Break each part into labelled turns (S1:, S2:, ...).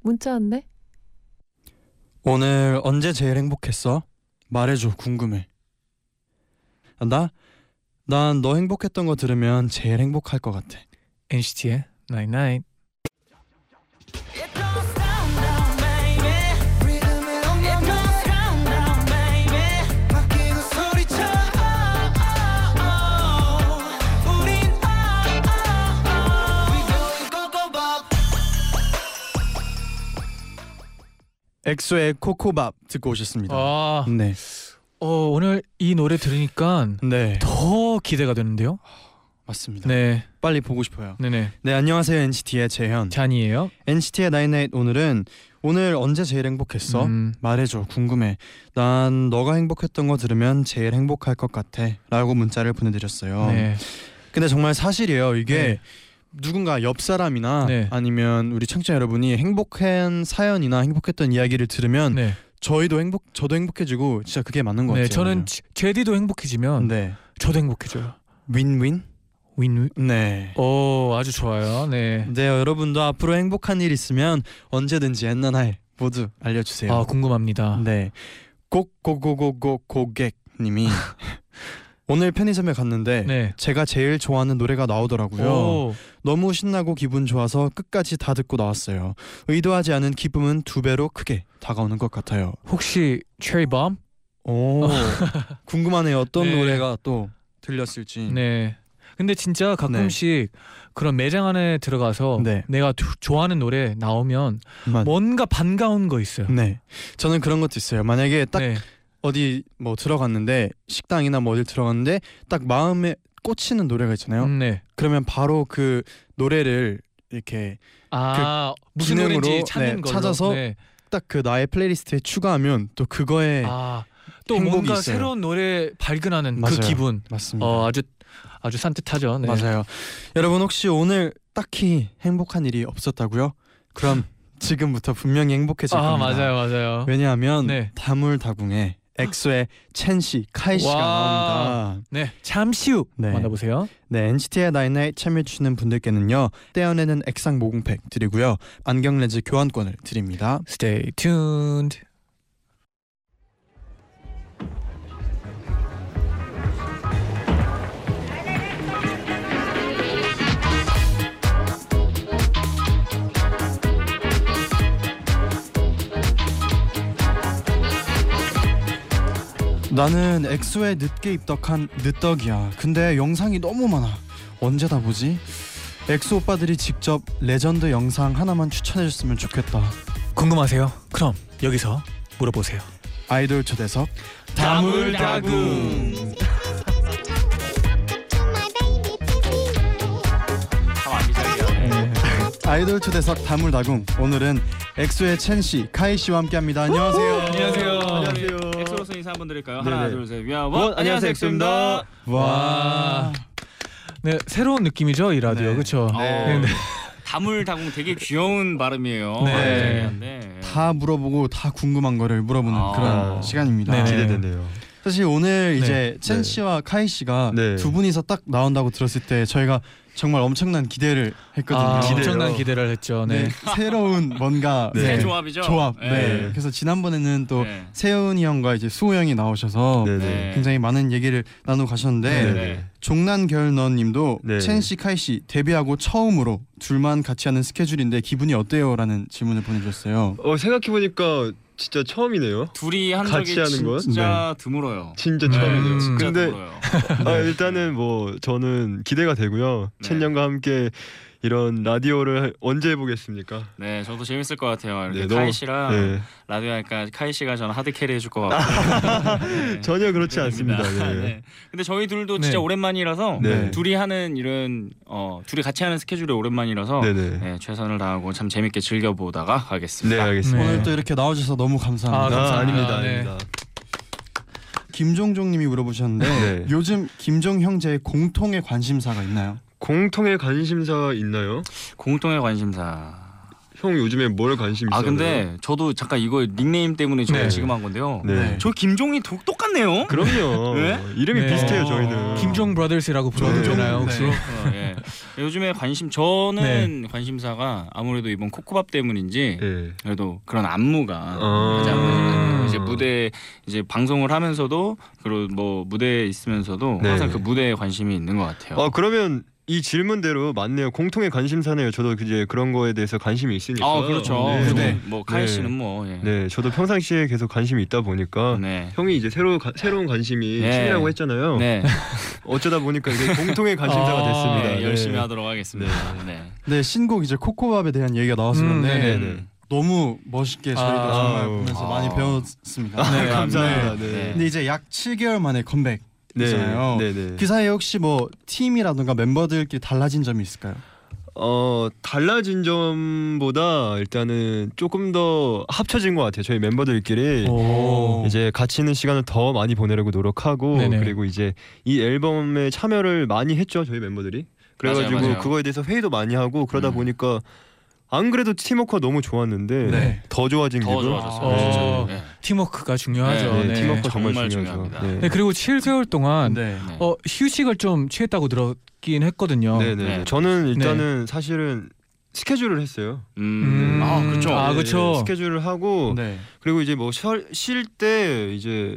S1: 문자 왔네.
S2: 오늘 언제 제일 행복했어? 말해줘 궁금해. 나? 난 너 행복했던 거 들으면 제일 행복할 것 같아.
S3: NCT의 Night Night.
S4: It goes down down baby 리듬에 엉덩이 It goes down down baby 바뀌는 소리쳐 우린 아, We going go go bop
S2: 엑소의 코코밥 듣고 오셨습니다.
S3: 아,
S2: 네.
S3: 어, 오늘 이 노래 들으니까
S2: 네.
S3: 더 기대가 되는데요.
S2: 맞습니다.
S3: 네,
S2: 빨리 보고 싶어요.
S3: 네, 네.
S2: 네, 안녕하세요. NCT의 재현.
S3: 잔이에요.
S2: NCT의 나인나잇 오늘은 오늘 언제 제일 행복했어?
S3: 음,
S2: 말해줘 궁금해. 난 너가 행복했던 거 들으면 제일 행복할 것 같아.라고 문자를 보내드렸어요.
S3: 네,
S2: 근데 정말 사실이에요. 이게
S3: 네.
S2: 누군가 옆 사람이나
S3: 네.
S2: 아니면 우리 청취자 여러분이 행복한 사연이나 행복했던 이야기를 들으면
S3: 네,
S2: 저희도 행복, 저도 행복해지고 진짜 그게 맞는 것
S3: 네.
S2: 같아요.
S3: 저는 지- 제디도 행복해지면
S2: 네
S3: 저도 행복해져요.
S2: 윈윈.
S3: 윈윈.
S2: 네.
S3: 오, 어, 아주 좋아요. 네.
S2: 네 여러분도 앞으로 행복한 일 있으면 언제든지 옛날 날 모두 알려주세요.
S3: 아, 궁금합니다.
S2: 네. 고고고고고 고객님이 오늘 편의점에 갔는데
S3: 네.
S2: 제가 제일 좋아하는 노래가 나오더라고요.
S3: 오,
S2: 너무 신나고 기분 좋아서 끝까지 다 듣고 나왔어요. 의도하지 않은 기쁨은 두 배로 크게 다가오는 것 같아요.
S3: 혹시 체리밤?
S2: 오. 궁금하네요. 어떤
S3: 네.
S2: 노래가 또 들렸을지.
S3: 네. 근데 진짜 가끔씩 그런 매장 안에 들어가서
S2: 네. 아,
S3: 내가 두- 좋아하는 노래 나오면
S2: 만-
S3: 뭔가 반가운 거 있어요.
S2: 뭐, 네. 저는 그런 것도 있어요. 만약에 딱
S3: 네.
S2: 어디 뭐 들어갔는데 식당이나 뭐 어딜 들어갔는데 딱 마음에 꽂히는 노래가 있잖아요.
S3: 음, 네.
S2: 그러면 바로 그 노래를 이렇게
S3: 아, 무슨
S2: 그 기능으로,
S3: 노래인지 찾는
S2: 네,
S3: 걸로.
S2: 찾아서
S3: 네.
S2: 딱 그 나의 플레이리스트에 추가하면 또 그거에
S3: 아, 또
S2: 네. 행복이
S3: 뭔가
S2: 있어요.
S3: 새로운 노래 발견하는
S2: 맞아요.
S3: 그 기분.
S2: 맞습니다.
S3: 어, 아주 아주 산뜻하죠. 네.
S2: 맞아요. 여러분 혹시 오늘 딱히 행복한 일이 없었다고요? 그럼 지금부터 분명히 행복해질
S3: 아,
S2: 겁니다.
S3: 맞아요. 맞아요.
S2: 왜냐하면
S3: 네.
S2: 다물다궁에 엑소의 첸 씨, 카이 씨가
S3: 와.
S2: 나옵니다.
S3: 네. 잠시 후
S2: 네.
S3: 만나보세요.
S2: 네, NCT의 나인나이 참여해주시는 분들께는요 떼어내는 액상 모공팩 드리고요 안경 렌즈 교환권을 드립니다.
S3: Stay tuned.
S2: 나는 엑소에 늦게 입덕한 늦덕이야. 근데 영상이 너무 많아. 언제 다 보지? 엑소 오빠들이 직접 레전드 영상 하나만 추천해줬으면 좋겠다.
S3: 궁금하세요? 그럼 여기서 물어보세요.
S2: 아이돌 초대석
S3: 다물다궁.
S2: 아이돌 초대석 다물다궁 오늘은 엑소의 첸 씨, 카이 씨와 함께합니다. 안녕하세요.
S5: 안녕하세요.
S2: 안녕하세요.
S5: 엑소로서 인사 한번 드릴까요?
S2: 네네.
S5: 하나 둘셋 위아원
S2: 원, 안녕하세요,
S5: 엑소입니다.
S2: 와.
S3: 네, 새로운 느낌이죠, 이 라디오.
S2: 네.
S3: 그렇죠?
S2: 네.
S5: 어, 다물다궁 되게 귀여운 발음이에요.
S3: 네.
S5: 발음인데.
S2: 다 물어보고 다 궁금한 거를 물어보는
S5: 아.
S2: 그런 시간입니다.
S3: 네네.
S6: 기대되네요.
S2: 사실 오늘
S3: 네.
S2: 이제 첸
S6: 네.
S2: 씨와 카이 씨가
S6: 네.
S2: 두 분이서 딱 나온다고 들었을 때 저희가 정말 엄청난 기대를 했거든요.
S3: 아,
S6: 기대요.
S3: 엄청난 기대를 했죠.
S2: 네.
S3: 네.
S2: 새로운 뭔가
S6: 네.
S5: 새
S2: 네.
S5: 조합이죠.
S2: 조합. 네.
S6: 네.
S2: 그래서 지난번에는 또
S5: 네.
S2: 세훈이 형과 이제 수호 형이 나오셔서
S6: 네네.
S2: 굉장히 많은 얘기를 나누고 가셨는데
S5: 네.
S6: 네네.
S2: 종난결넌님도
S6: 네.
S2: 첸 씨, 카이 씨 데뷔하고 처음으로 둘만 같이 하는 스케줄인데 기분이 어때요?라는 질문을 보내주셨어요.
S6: 어 생각해 보니까 진짜 처음이네요.
S5: 둘이 한
S6: 같이
S5: 적이
S6: 하는 건?
S5: 진짜 드물어요.
S6: 진짜
S5: 네,
S6: 처음이네요.
S5: 진짜
S6: 근데
S5: 드물어요.
S6: 아, 일단은 뭐 저는 기대가 되고요.
S5: 네.
S6: 첸 양과 함께 이런 라디오를 언제 해보겠습니까?
S5: 네, 저도 재밌을 것 같아요. 이렇게
S6: 네,
S5: 카이
S6: 너무-
S5: 씨랑
S6: 네.
S5: 라디오 하니까 카이 씨가 저는 하드 캐리 해줄 것 같고. 네,
S6: 전혀 그렇지 않습니다.
S5: 그렇습니다.
S6: 네.
S5: 네. 근데 저희 둘도
S3: 네.
S5: 진짜 오랜만이라서
S6: 네.
S5: 둘이 하는 이런 어 둘이 같이 하는 스케줄이 오랜만이라서 네.
S6: 네네.
S5: 최선을 다하고 참 재밌게 즐겨보다가 가겠습니다.
S6: 네 알겠습니다.
S3: 네.
S2: 오늘 또 이렇게 나와주셔서 너무 감사합니다.
S3: 아, 감사합니다.
S6: 아, 아닙니다,
S3: 네.
S6: 아닙니다.
S2: 김종종님이 물어보셨는데
S6: 네.
S2: 요즘 김종 형제의 공통의 관심사가 있나요?
S6: 공통의 관심사 있나요?
S5: 공통의 관심사.
S6: 형 요즘에 뭘 관심 있어요?
S5: 아 근데 저도 잠깐 이거 닉네임 때문에 제가
S3: 네.
S5: 지금 한 건데요.
S6: 네.
S5: 저 김종이 독 똑같네요.
S6: 그럼요.
S5: 네?
S6: 이름이
S3: 네.
S6: 비슷해요
S5: 어.
S6: 저희는.
S3: 김종 브라더스라고 불러도
S6: 네.
S3: 되나요 혹시?
S2: 네.
S5: 어, 예. 요즘에 관심 저는
S6: 네.
S5: 관심사가 아무래도 이번 코코밥 때문인지
S6: 예.
S5: 그래도 그런 안무가
S6: 어.
S5: 가장
S3: 음.
S5: 이제 무대 이제 방송을 하면서도 그리고 뭐 무대에 있으면서도
S6: 네.
S5: 항상 그 무대에 관심이 있는 것 같아요.
S6: 아 그러면 이 질문대로 맞네요. 공통의 관심사네요. 저도 이제 그런 거에 대해서 관심이 있으니까.
S5: 아 그렇죠.
S6: 네.
S5: 저는
S2: 네.
S5: 뭐 카이
S6: 네.
S5: 씨는 뭐 예.
S6: 네, 저도 평상시에 계속 관심이 있다 보니까
S5: 네.
S6: 형이 이제 새로 가- 새로운 관심이
S5: 네.
S6: 취미라고 했잖아요.
S5: 네.
S6: 어쩌다 보니까 이게 공통의 관심사가
S3: 아,
S5: 네,
S6: 됐습니다.
S5: 열심히
S6: 네.
S5: 하도록 하겠습니다. 네.
S2: 네 신곡 이제 코코밥에 대한
S3: 음,
S2: 얘기가 나왔었는데
S3: 네.
S6: 네네.
S2: 너무 멋있게 저희도
S3: 아,
S2: 정말
S6: 아우.
S2: 보면서
S5: 아.
S2: 많이 배웠습니다.
S6: 네,
S5: 네,
S6: 감사합니다.
S5: 네.
S6: 네.
S2: 근데 이제 약 7개월 만에 컴백. 있잖아요.
S6: 네, 네.
S2: 그 사이에 혹시 뭐 팀이라든가 멤버들끼리 달라진 점이 있을까요?
S6: 어 달라진 점보다 일단은 조금 더 합쳐진 것 같아요. 저희
S2: 네.
S6: 멤버들끼리
S5: 어.
S3: 오.
S6: 이제 같이 있는 시간을 더 많이 보내려고 노력하고
S3: 네네.
S6: 그리고 이제 이 앨범에 참여를 많이 했죠 저희 멤버들이. 그래가지고
S5: 맞아요, 맞아요.
S6: 그거에 대해서 회의도 많이 하고 그러다
S5: 음.
S6: 보니까 안 그래도 팀워크가 너무 좋았는데
S2: 네.
S6: 더 좋아진
S5: 더
S6: 기분.
S5: 좋아졌어요.
S3: 아,
S5: 진짜.
S3: 어.
S5: 네.
S3: 팀워크가 중요하죠.
S6: 네,
S3: 네,
S5: 네,
S6: 팀워크가 정말,
S5: 정말
S6: 중요하죠.
S5: 중요합니다.
S3: 네, 그리고 7개월 동안
S2: 네.
S5: 네.
S3: 어 휴식을 좀 취했다고 들었긴 했거든요.
S6: 네, 네.
S5: 네.
S6: 저는 일단은 사실은 스케줄을 했어요.
S5: 음.
S3: 음.
S5: 아 그렇죠.
S3: 아,
S6: 네,
S3: 그쵸.
S6: 네, 스케줄을 하고
S2: 네.
S6: 그리고 이제 뭐 쉴 때 이제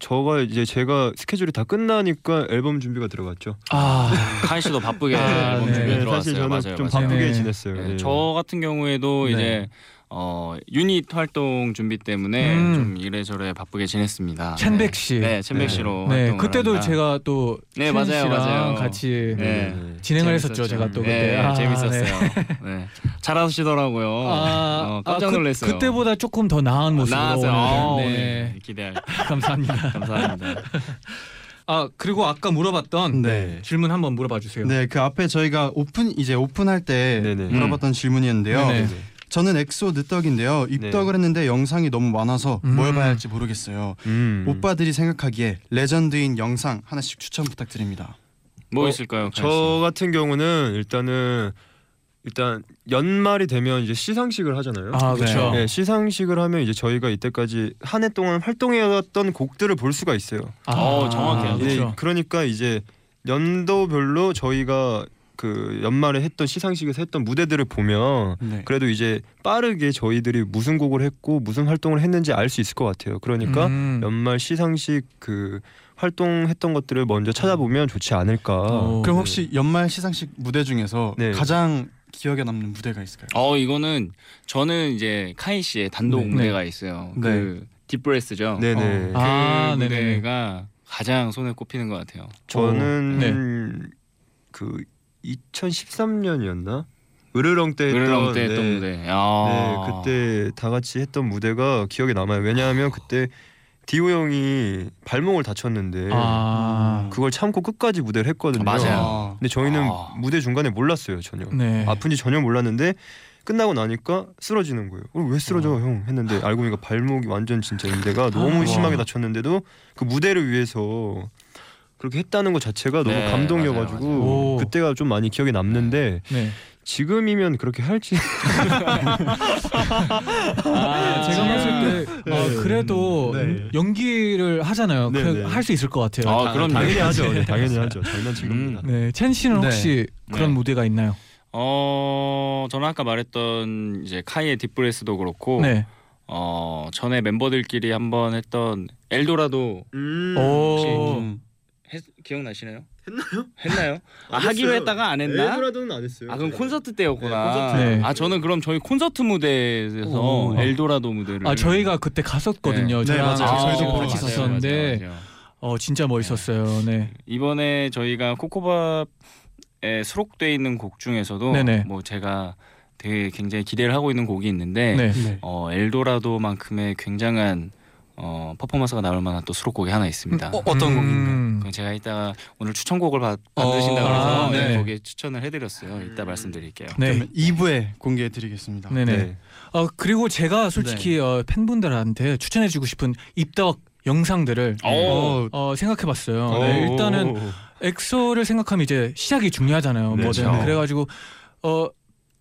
S6: 저가 이제 제가 스케줄이 다 끝나니까 앨범 준비가 들어갔죠.
S3: 아,
S5: 카이 씨도 바쁘게
S3: 아,
S5: 앨범
S3: 네.
S5: 준비에
S3: 네,
S5: 들어왔어요.
S6: 사실 저는
S5: 맞아요.
S6: 좀
S5: 맞아요.
S6: 바쁘게
S3: 네.
S6: 지냈어요.
S5: 네,
S6: 네.
S5: 저 같은 경우에도
S2: 네.
S5: 이제 어 유닛 활동 준비 때문에
S3: 음.
S5: 좀 이래저래 바쁘게 지냈습니다.
S3: 첸백 씨.
S5: 네, 네 첸백 씨로
S3: 네,
S5: 활동을
S3: 그때도
S5: 한다.
S3: 제가 또
S5: 네,
S3: 네,
S5: 맞아요,
S3: 씨랑
S5: 맞아요.
S3: 같이
S5: 네.
S3: 진행을 했었죠. 제가 또 그때
S5: 네,
S3: 아,
S5: 재밌었어요.
S3: 네.
S5: 네. 잘하시더라고요. 어, 깜짝 놀랐어요.
S3: 그, 그때보다 조금 더 나은 모습으로
S5: 나왔어요. 아,
S3: 오늘
S5: 네.
S3: 네.
S5: 기대할.
S3: 감사합니다.
S5: 감사합니다.
S3: 아 그리고 아까 물어봤던
S2: 네.
S3: 질문 한번 물어봐 주세요.
S2: 네, 그 앞에 저희가 오픈 이제 오픈할 때
S6: 네네.
S3: 음.
S2: 물어봤던 질문이었는데요.
S3: 네네.
S2: 저는 엑소 늦덕인데요. 입덕을 했는데 영상이 너무 많아서
S3: 음.
S2: 뭘 봐야 할지 모르겠어요.
S6: 음.
S2: 오빠들이 생각하기에 레전드인 영상 하나씩 추천 부탁드립니다.
S5: 뭐
S6: 어,
S5: 있을까요? 카이 씨?
S6: 저 같은 경우는 일단은 일단 연말이 되면 이제 시상식을 하잖아요.
S3: 아 그렇죠.
S6: 네, 시상식을 하면 이제 저희가 이때까지 한 해 동안 활동해왔던 곡들을 볼 수가 있어요.
S3: 아,
S5: 어, 정확해요.
S6: 예,
S3: 그렇죠.
S6: 그러니까 이제 연도별로 저희가 그 연말에 했던 시상식에서 했던 무대들을 보면
S3: 음.
S2: 네.
S6: 그래도 이제 빠르게 저희들이 무슨 곡을 했고 무슨 활동을 했는지 알 수 있을 것 같아요. 그러니까
S3: 음.
S6: 연말 시상식 그 활동했던 것들을 먼저 찾아보면 좋지 않을까.
S3: 어.
S2: 그럼 혹시 연말 시상식 무대 중에서
S6: 네.
S2: 가장 기억에 남는 무대가 있을까요?
S5: 어 이거는 저는 이제 카이 씨의 단독
S3: 네.
S5: 무대가 있어요.
S2: 네.
S5: 그 딥브레스죠.
S6: 네네.
S5: 그
S3: 아, 네네.
S5: 무대가 가장 손에 꼽히는 것 같아요. 어.
S6: 저는
S5: 네.
S6: 그 2013년이었나? 으르렁 때 했던,
S5: 으르렁 때
S6: 네.
S5: 했던 무대.
S6: 네,
S5: 아.
S6: 그때 다 같이 했던 무대가 기억에 남아요. 왜냐하면 그때 디오 형이 발목을 다쳤는데
S3: 아,
S6: 그걸 참고 끝까지 무대를 했거든요.
S5: 맞아요.
S2: 음. 아,
S6: 근데 저희는
S5: 아.
S6: 무대 중간에 몰랐어요 전혀.
S3: 네.
S6: 아픈지 전혀 몰랐는데 끝나고 나니까 쓰러지는 거예요. 어, 왜 쓰러져 형 했는데 알고 보니까 발목이 완전 진짜 인대가 너무
S3: 와.
S6: 심하게 다쳤는데도 그 무대를 위해서 그렇게 했다는 것 자체가 너무
S5: 네,
S6: 감동이어가지고
S5: 맞아요,
S3: 맞아요. 오.
S6: 그때가 좀 많이 기억에 남는데
S3: 네.
S6: 지금이면 그렇게 할지
S5: 아,
S3: 제가 봤을 때 어,
S6: 네.
S3: 그래도 음,
S6: 네.
S3: 연기를 하잖아요.
S6: 네, 네.
S3: 할 수 있을 것 같아요.
S5: 아, 그럼요.
S6: 당연히 하죠. 네, 당연히 하죠. 장난치기입니다.
S3: 네, 첸 씨는
S2: 네.
S3: 혹시 그런
S5: 네.
S3: 무대가 있나요?
S5: 어 저는 아까 말했던 이제 카이의 딥브레스도 그렇고
S3: 네.
S5: 어 전에 멤버들끼리 한번 했던 엘도라도
S6: 음.
S3: 오.
S2: 음.
S5: 했, 기억나시나요? 했나요? 했나요? 아
S6: 안
S5: 하기로
S6: 했어요.
S5: 했다가 안 했나?
S6: 엘도라도는 안 했어요.
S5: 아 그럼
S6: 저희가.
S5: 콘서트 때였구나.
S6: 네,
S3: 콘서트. 네.
S5: 아 저는 그럼 저희 콘서트 무대에서
S2: 오.
S5: 엘도라도 무대를
S3: 아 저희가 그때 갔었거든요.
S2: 네,
S3: 저랑
S2: 맞아요.
S3: 같이
S2: 저희도
S3: 같이
S2: 맞아요,
S3: 갔었는데
S5: 맞아요, 맞아요.
S3: 어 진짜 멋있었어요. 네.
S5: 이번에 저희가 코코밥 앨범에 수록돼 있는 곡 중에서도
S3: 네네.
S5: 뭐 제가 되게 굉장히 기대를 하고 있는 곡이 있는데
S3: 네.
S2: 네.
S5: 어, 엘도라도만큼의 굉장한 어, 퍼포먼스가 나올 만한 또 수록곡이 하나 있습니다.
S3: 음, 어떤 음.
S5: 그럼 제가 이따가 오늘 추천곡을 받,
S3: 어,
S5: 받으신다고 해서
S3: 아, 네.
S5: 네, 거기에 추천을 해드렸어요. 이따 말씀드릴게요.
S3: 네.
S2: 그러면 2부에 공개해 드리겠습니다.
S3: 네네. 어 그리고 제가 솔직히 어, 팬분들한테 추천해주고 싶은 입덕 영상들을
S5: 오.
S3: 어, 생각해봤어요. 네, 일단은 엑소를 생각하면 이제 시작이 중요하잖아요.
S6: 네,
S3: 뭐든
S6: 그렇죠.
S3: 그래가지고 어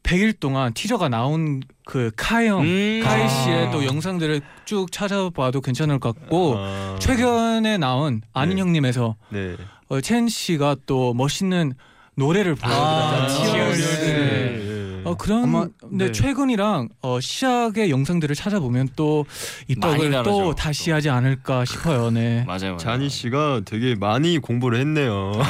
S3: 100일 동안 티저가 나온 그 카형
S5: 음.
S3: 카이
S5: 아.
S3: 씨의 또 영상들을 쭉 찾아봐도 괜찮을 것 같고
S6: 아.
S3: 최근에 나온 아는
S6: 네.
S3: 형님에서
S6: 네.
S3: 어, 첸 씨가 또 멋있는 노래를
S2: 아,
S3: 보여드렸잖아요.
S2: 티어스.
S3: 네.
S6: 네.
S3: 어 그런
S2: 아마-
S3: 근데
S2: 네.
S3: 최근이랑 어, 시작의 영상들을 찾아보면 또
S5: 많이
S3: 입덕을
S5: 다르죠,
S3: 또
S5: 또.
S3: 다시 하지 않을까 싶어요. 네.
S5: 맞아요. 맞아요.
S6: 자니 씨가 되게 많이 공부를 했네요.
S5: 네.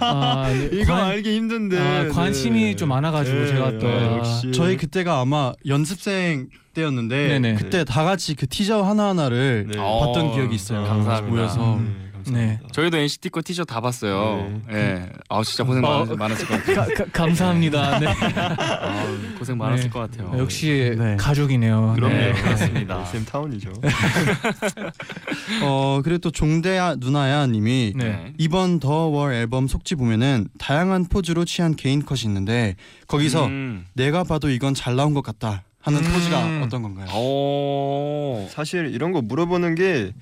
S3: 아, 네.
S6: 이거
S3: 관-
S6: 알기 힘든데
S3: 아, 관심이
S6: 네.
S3: 좀 많아가지고 제가 또-
S6: 아, 역시
S2: 저희 그때가 아마 연습생 때였는데
S3: 네네.
S2: 그때 다 같이 그 티저 하나 하나를
S6: 네.
S5: 어,
S2: 봤던 기억이 있어요.
S5: 감사합니다. 음,
S2: 모여서
S6: 네, 감사합니다.
S3: 네.
S5: 저희도 NCT 거 티셔츠 다 봤어요. 예. 아 진짜 고생
S3: 어.
S5: 많, 많았을 것 같아요.
S3: 가- 가- 감사합니다. 네.
S5: 아, 고생 많았을
S3: 네.
S5: 것 같아요.
S3: 역시
S2: 네.
S3: 가족이네요.
S6: 그럼요.
S5: 네,
S3: 네.
S5: 그렇습니다.
S6: SM 타운이죠.
S2: 어 그리고 또 종대야 누나야님이
S3: 네.
S2: 이번 더 월 앨범 속지 보면은 다양한 포즈로 취한 개인 컷이 있는데 거기서
S5: 음.
S2: 내가 봐도 이건 잘 나온 것 같다 하는
S3: 음.
S2: 포즈가 어떤 건가요?
S5: 오.
S6: 사실 이런 거 물어보는 게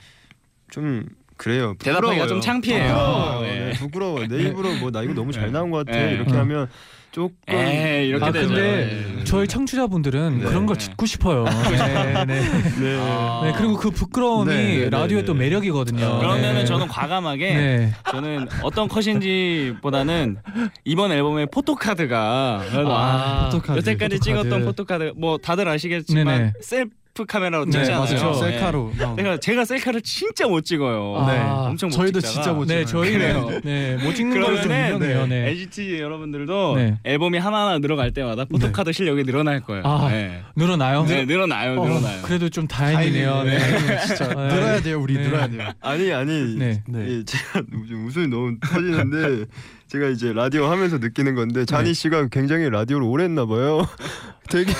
S6: 좀 그래요.
S5: 대답하기가
S6: 부끄러워요.
S5: 좀 창피해요.
S6: 부끄러워요.
S5: 네.
S6: 네, 부끄러워. 내 입으로 뭐 나 이거 너무 잘 나온 것 같아
S5: 네.
S6: 이렇게
S3: 음.
S6: 하면 조금
S5: 에이, 이렇게
S3: 아
S5: 되죠.
S3: 근데 저희 청취자분들은
S6: 네.
S3: 그런 걸
S5: 네.
S3: 짓고 싶어요. 네, 네.
S6: 네.
S5: 아.
S3: 네, 그리고 그 부끄러움이
S6: 네, 네,
S3: 라디오의
S6: 네.
S3: 또 매력이거든요.
S5: 그러면은
S3: 네.
S5: 저는 과감하게
S3: 네.
S5: 저는 어떤 컷인지보다는 이번 앨범의 포토카드가
S3: 아,
S2: 포토카드.
S5: 여태까지
S3: 포토카드.
S5: 찍었던 포토카드 뭐 다들 아시겠지만
S3: 네네.
S5: 셀프 카메라로
S3: 네,
S5: 찍잖아요.
S3: 맞아요.
S5: 네.
S2: 셀카로. 나온 거.
S5: 그러니까 제가 셀카를 진짜 못 찍어요.
S3: 아,
S2: 네.
S5: 엄청 못
S2: 저희도
S5: 찍다가.
S2: 진짜 못
S3: 네,
S2: 찍어요.
S3: 저희는 네, 못 찍는 걸로 좀
S5: 그러면은,
S3: 유명해요. 네.
S5: NCT 여러분들도
S3: 네.
S5: 앨범이 하나하나 늘어갈 때마다 포토카드 실력이 늘어날 거예요.
S3: 아,
S5: 네.
S3: 늘어나요?
S5: 네, 늘어나요,
S3: 어,
S5: 늘어나요.
S3: 그래도 좀 다행이네요. 네.
S2: 진짜
S3: 네.
S2: 늘어야 돼요. 우리
S3: 네.
S2: 늘어야 돼요.
S6: 아니 아니
S3: 네.
S2: 네.
S6: 예, 제가 요즘 웃음이 너무 터지는데 제가 이제 라디오 하면서 느끼는 건데 자니 씨가 굉장히 라디오를 오래 했나 봐요. 되게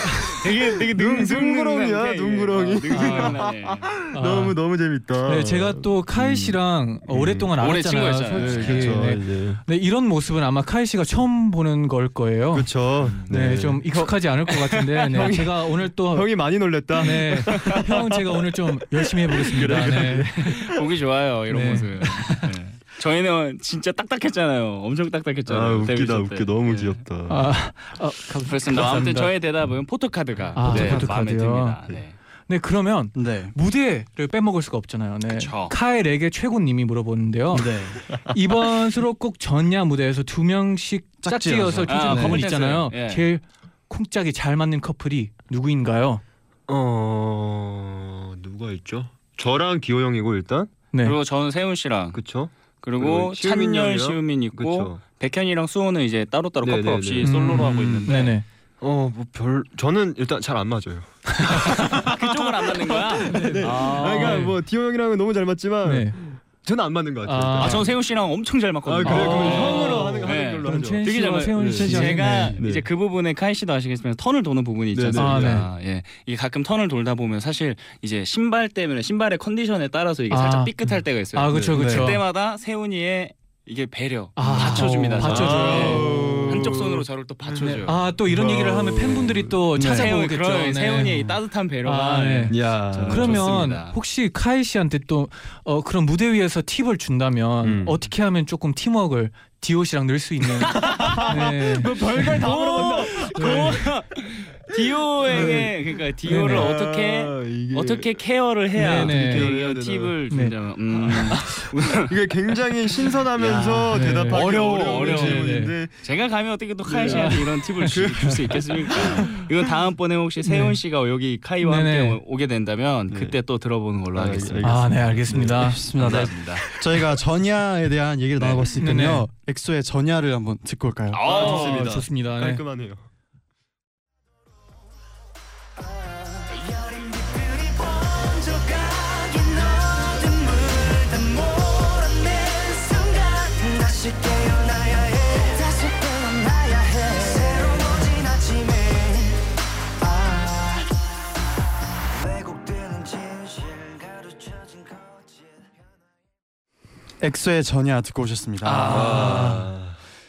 S5: 되게 되게
S6: 눈-
S5: 눈
S6: 눈구렁이야, 눈구렁이.
S5: 눈구렁이.
S3: 아,
S6: 너무 너무 재밌다.
S3: 네, 제가 또 카이 씨랑
S6: 음.
S3: 오랫동안
S5: 오래
S3: 알았잖아요.
S5: 친구였잖아요.
S3: 솔직히.
S6: 그렇죠.
S3: 네.
S6: 이제.
S3: 네, 이런 모습은 아마 카이 씨가 처음 보는 걸 거예요.
S6: 그렇죠.
S3: 어. 네, 좀 익숙하지 않을 것 같은데 네, 제가 오늘 또
S6: 형이 많이 놀랬다.
S3: 네, 형 제가 오늘 좀 열심히 해보겠습니다. 네.
S5: 예. 보기 좋아요 이런
S3: 네.
S5: 모습. 네. 저희는 진짜 딱딱했잖아요. 엄청 딱딱했잖아요.
S6: 아 웃기다
S5: 데뷔
S6: 웃겨
S5: 때.
S6: 너무
S5: 네.
S6: 귀엽다.
S3: 아, 아, 감-
S5: 그렇습니다. 아무튼
S3: 감사합니다.
S5: 저의 대답은 포토카드가
S3: 아,
S5: 네, 마음에
S3: 포토카드요.
S5: 듭니다. 네.
S3: 네, 그러면
S2: 네.
S3: 무대를 빼먹을 수가 없잖아요. 네.
S5: 그쵸.
S3: 카이렉의 최고님이 물어보는데요.
S2: 네.
S3: 이번 수록곡 전야 무대에서 두 명씩 짝지어서
S2: 짝지어서.
S3: 춤추는
S2: 아,
S3: 커플
S5: 네.
S3: 있잖아요.
S5: 예.
S3: 제일 콩짝이 잘 맞는 커플이 누구인가요?
S6: 어 누가 있죠? 저랑 기호 형이고 일단
S3: 네.
S5: 그리고 저는 세훈 씨랑
S6: 그쵸?
S5: 그리고
S6: 그리고 시우민
S5: 찬열
S6: 형이요?
S5: 시우민 있고
S6: 그쵸?
S5: 백현이랑 수호는 이제 따로따로
S6: 네,
S5: 커플
S6: 네,
S5: 없이
S6: 네.
S5: 솔로로 하고
S3: 음,
S5: 있는데
S3: 네네.
S6: 어뭐 별 저는 일단 잘 안 맞아요.
S5: 아, 그쪽을 안 맞는 거야?
S6: 아,
S5: 아,
S6: 그러니까 뭐 디호 형이랑은 너무 잘 맞지만
S3: 네.
S6: 저는 안 맞는 것 같아요.
S3: 아.
S5: 아, 저는 세훈 씨랑 엄청 잘
S6: 아
S5: 맞거든요. 어.
S6: 그래
S3: 아.
S6: 그럼 형으로 하는, 하는
S5: 네.
S6: 걸로
S3: 그럼
S6: 하죠.
S3: 첸
S5: 되게 잘
S3: 씨와
S5: 맞-
S3: 세훈
S6: 네.
S3: 씨
S5: 제가
S3: 네.
S6: 네.
S5: 이제 그 부분에 카이 씨도 아시겠지만 턴을 도는 부분이 있지
S6: 네, 네,
S5: 않습니까? 예. 이게 가끔 턴을 돌다 보면 사실 이제 신발 때문에 신발의 컨디션에 따라서 이게 살짝
S3: 아.
S5: 삐끗할 때가 있어요.
S3: 아 그렇죠
S6: 네.
S3: 그렇죠.
S5: 그때마다 세훈이의 이게 배려
S3: 아,
S5: 받쳐줍니다.
S3: 어,
S5: 저를.
S3: 받쳐줘요.
S5: 네. 한쪽 손으로 저를 또 받쳐줘요.
S3: 아 또 이런 얘기를 하면 팬분들이 또
S6: 네.
S5: 세훈,
S3: 찾아보겠죠.
S5: 음. 그런
S3: 네.
S5: 세훈이의 이 따뜻한 배려가
S3: 아, 네.
S6: 야
S3: 그러면
S5: 좋습니다.
S3: 혹시 카이 씨한테 또 어, 그런 무대 위에서 팁을 준다면
S6: 음.
S3: 어떻게 하면 조금 팀워크를 디오 씨랑 늘 수 있는 네.
S5: 별걸 다 물어본다. 디오에게 그러니까 디오를
S3: 네, 네.
S5: 어떻게
S6: 아, 이게-
S5: 어떻게 케어를
S3: 네,
S5: 해야
S3: 네.
S5: 어떻게
S6: 케어를 해야 되나.
S5: 팁을
S3: 네.
S5: 준다면 음.
S6: 이게 굉장히 신선하면서
S3: 야, 네.
S6: 대답하기
S5: 어려워,
S6: 어려운
S5: 어려워. 네.
S6: 질문인데
S5: 제가 가면 어떻게 또 카이 씨한테 이런 팁을
S3: 그
S5: 줄 수 있겠습니까? 이거 다음번에 혹시 세훈 씨가 여기 카이와
S3: 네. 네네.
S5: 함께 오- 오게 된다면
S6: 네.
S5: 그때 또 들어보는 걸로
S6: 아,
S5: 하겠습니다.
S3: 아 네 알겠습니다.
S2: 좋습니다. 네.
S5: 감사합니다.
S2: 저희가 전야에 대한 얘기를 나눠봤으니까요.
S3: 네네.
S2: 엑소의 전야를 한번 듣고 올까요?
S5: 아,
S6: 아, 좋습니다.
S3: 좋습니다. 네.
S6: 깔끔하네요.
S4: 여린 빛들이 번져가기 너든 물든 몰아낸 순간 다시 깨어나야 해 다시 깨어나야 아.
S2: 엑소의 전야 듣고 오셨습니다.
S6: 아.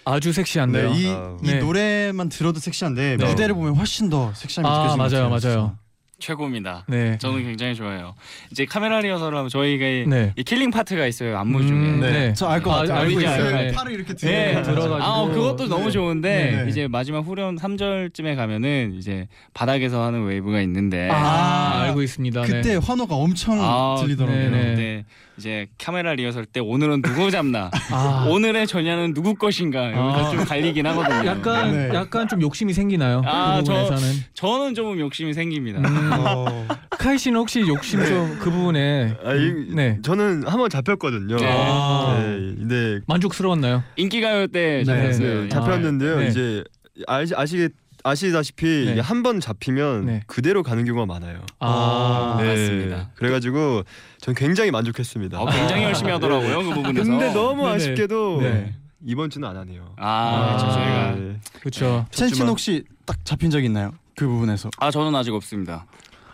S3: 아주 섹시한데요.
S2: 네, 이,
S6: 아.
S2: 이
S3: 네.
S2: 노래만 들어도 섹시한데
S3: 네.
S2: 무대를 보면 훨씬 더 섹시함이
S3: 아,
S2: 느껴지는
S3: 맞아요,
S2: 것 같아요.
S3: 맞아요.
S2: 진짜.
S5: 최고입니다.
S3: 네.
S5: 저는 굉장히 좋아해요. 이제 카메라 리허설을 하면 저희가 이-
S3: 네.
S5: 이 킬링 파트가 있어요 안무
S3: 음,
S5: 중에.
S2: 네,
S3: 네.
S2: 저 알 것
S5: 아,
S2: 같아요.
S5: 알고 있어요.
S3: 네.
S2: 팔을 이렇게 들어.
S5: 네,
S3: 들어가지고.
S5: 아, 어, 그것도 너무 좋은데
S2: 네, 네.
S5: 이제 마지막 후렴 3절쯤에 가면은 이제 바닥에서 하는 웨이브가 있는데
S3: 아, 알고 있습니다. 네.
S2: 그때 환호가 엄청
S5: 아,
S2: 들리더라고요.
S3: 네네.
S5: 근데 이제 카메라 리허설 때 오늘은 누구 잡나
S3: 아.
S5: 오늘의 전야는 누구 것인가 여기서
S3: 아.
S5: 좀 갈리긴 하거든요.
S3: 약간
S2: 네.
S3: 약간 좀 욕심이 생기나요?
S5: 아,
S3: 그
S5: 저-
S3: 부분에서는.
S5: 저는 좀 욕심이 생깁니다.
S3: 음.
S2: 어,
S3: 카이 씨는 혹시 욕심 좀 그 부분에
S6: 아, 이,
S3: 네.
S6: 저는 한 번 잡혔거든요.
S5: 네.
S3: 아.
S6: 네, 근데
S3: 만족스러웠나요?
S5: 인기가요
S2: 네,
S5: 때 잡혔어요.
S6: 네,
S3: 잡-
S6: 잡혔는데요.
S3: 아, 네.
S6: 이제 아, 아시 아시다시피
S3: 네.
S6: 한 번 잡히면
S3: 네.
S6: 그대로 가는 경우가 많아요.
S3: 아.
S5: 네. 맞습니다.
S6: 그래가지고 전 굉장히 만족했습니다.
S5: 어, 굉장히 열심히 하더라고요 그 부분에서.
S6: 근데 너무
S3: 아, 네네.
S6: 아쉽게도
S3: 네.
S6: 이번 주는 안 하네요.
S5: 아,
S3: 아.
S5: 그렇죠 저희가
S6: 네.
S3: 그렇죠.
S2: 첸씨는 혹시 딱 잡힌 적 있나요? 그 부분에서.
S5: 아 저는 아직 없습니다.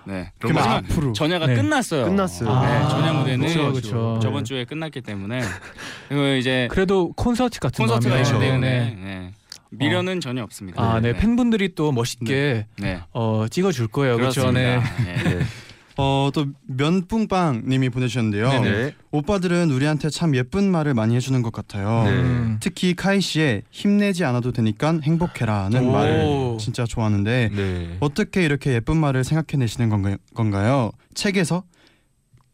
S5: 네. 그
S2: 그럼
S5: 마지막
S2: 앞으로.
S5: 전야가
S3: 네.
S5: 끝났어요.
S6: 끝났어요.
S5: 네,
S3: 아,
S5: 전야 무대는
S3: 그쵸, 그쵸.
S5: 저번 주에 끝났기 때문에 그리고 이제
S3: 그래도 콘서트 같은 거
S5: 콘서트가
S3: 하면-
S5: 있기
S6: 그렇죠.
S5: 때문에 네. 미련은 전혀 없습니다.
S3: 아, 네. 팬분들이 또 멋있게
S5: 네.
S3: 어, 찍어 줄 거예요. 그렇죠. 네.
S5: 그렇습니다. 네.
S6: 네.
S2: 어, 또 면뿡빵님이 보내주셨는데요.
S6: 네.
S2: 오빠들은 우리한테 참 예쁜 말을 많이 해주는 것 같아요.
S6: 네.
S3: 음.
S2: 특히 카이 씨의 힘내지 않아도 되니까 행복해라는
S3: 오.
S2: 말을 진짜 좋아하는데
S6: 네.
S2: 어떻게 이렇게 예쁜 말을 생각해내시는 건가요? 건가요? 책에서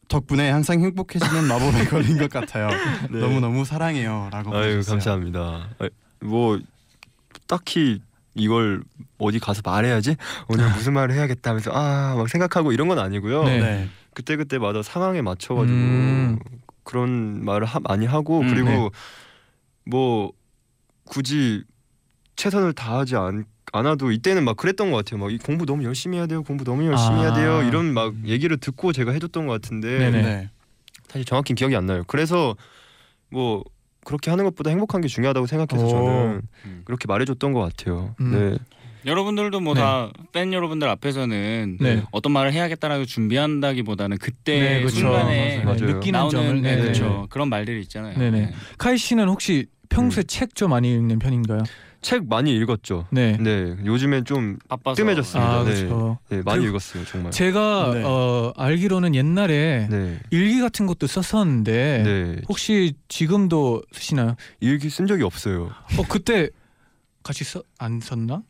S2: 덕분에 항상 행복해지는 마법에 걸린 것 같아요.
S6: 네.
S2: 너무 너무 사랑해요라고
S6: 아유
S2: 보내주셨어요.
S6: 감사합니다. 아, 뭐 딱히 이걸 어디 가서 말해야지 오늘 무슨 말을 해야겠다 하면서 아 막 생각하고 이런 건 아니고요.
S3: 네.
S2: 네.
S6: 그때 그때마다 상황에 맞춰가지고
S3: 음.
S6: 그런 말을 하, 많이 하고
S5: 음,
S6: 그리고
S2: 네.
S6: 뭐 굳이 최선을 다하지 않, 않아도 이때는 막 그랬던 것 같아요. 막이 공부 너무 열심히 해야 돼요. 공부 너무 열심히 해야 돼요.
S3: 아.
S6: 이런 막 얘기를 듣고 제가 해줬던 것 같은데
S3: 네네.
S2: 네.
S6: 사실 정확히 기억이 안 나요. 그래서 뭐 그렇게 하는 것보다 행복한 게 중요하다고 생각해서
S3: 오.
S6: 저는
S5: 음.
S6: 그렇게 말해줬던 것 같아요.
S3: 음.
S6: 네.
S5: 여러분들도 뭐 다 팬 여러분들 앞에서는
S3: 네.
S5: 어떤 말을 해야겠다라고 준비한다기보다는 그때
S3: 네, 그렇죠.
S5: 순간에
S6: 맞아요.
S3: 느끼는
S5: 나오는
S3: 점을
S5: 네,
S3: 네,
S5: 그렇죠. 그런 말들이 있잖아요.
S3: 네, 네. 카이 씨는 혹시 평소에 책 좀 많이 읽는 편인가요?
S6: 책 많이 읽었죠.
S3: 네.
S6: 네. 요즘엔 좀
S5: 바빠서
S6: 뜸해졌습니다.
S3: 아,
S6: 네.
S3: 그렇죠.
S6: 네, 많이
S3: 그리고
S6: 읽었어요. 정말.
S3: 제가
S2: 네.
S3: 어, 알기로는 옛날에
S6: 네.
S3: 일기 같은 것도 썼었는데
S6: 네.
S3: 혹시 지금도 쓰시나요?
S6: 일기 쓴 적이 없어요.
S3: 어 그때 같이 써, 안 썼나?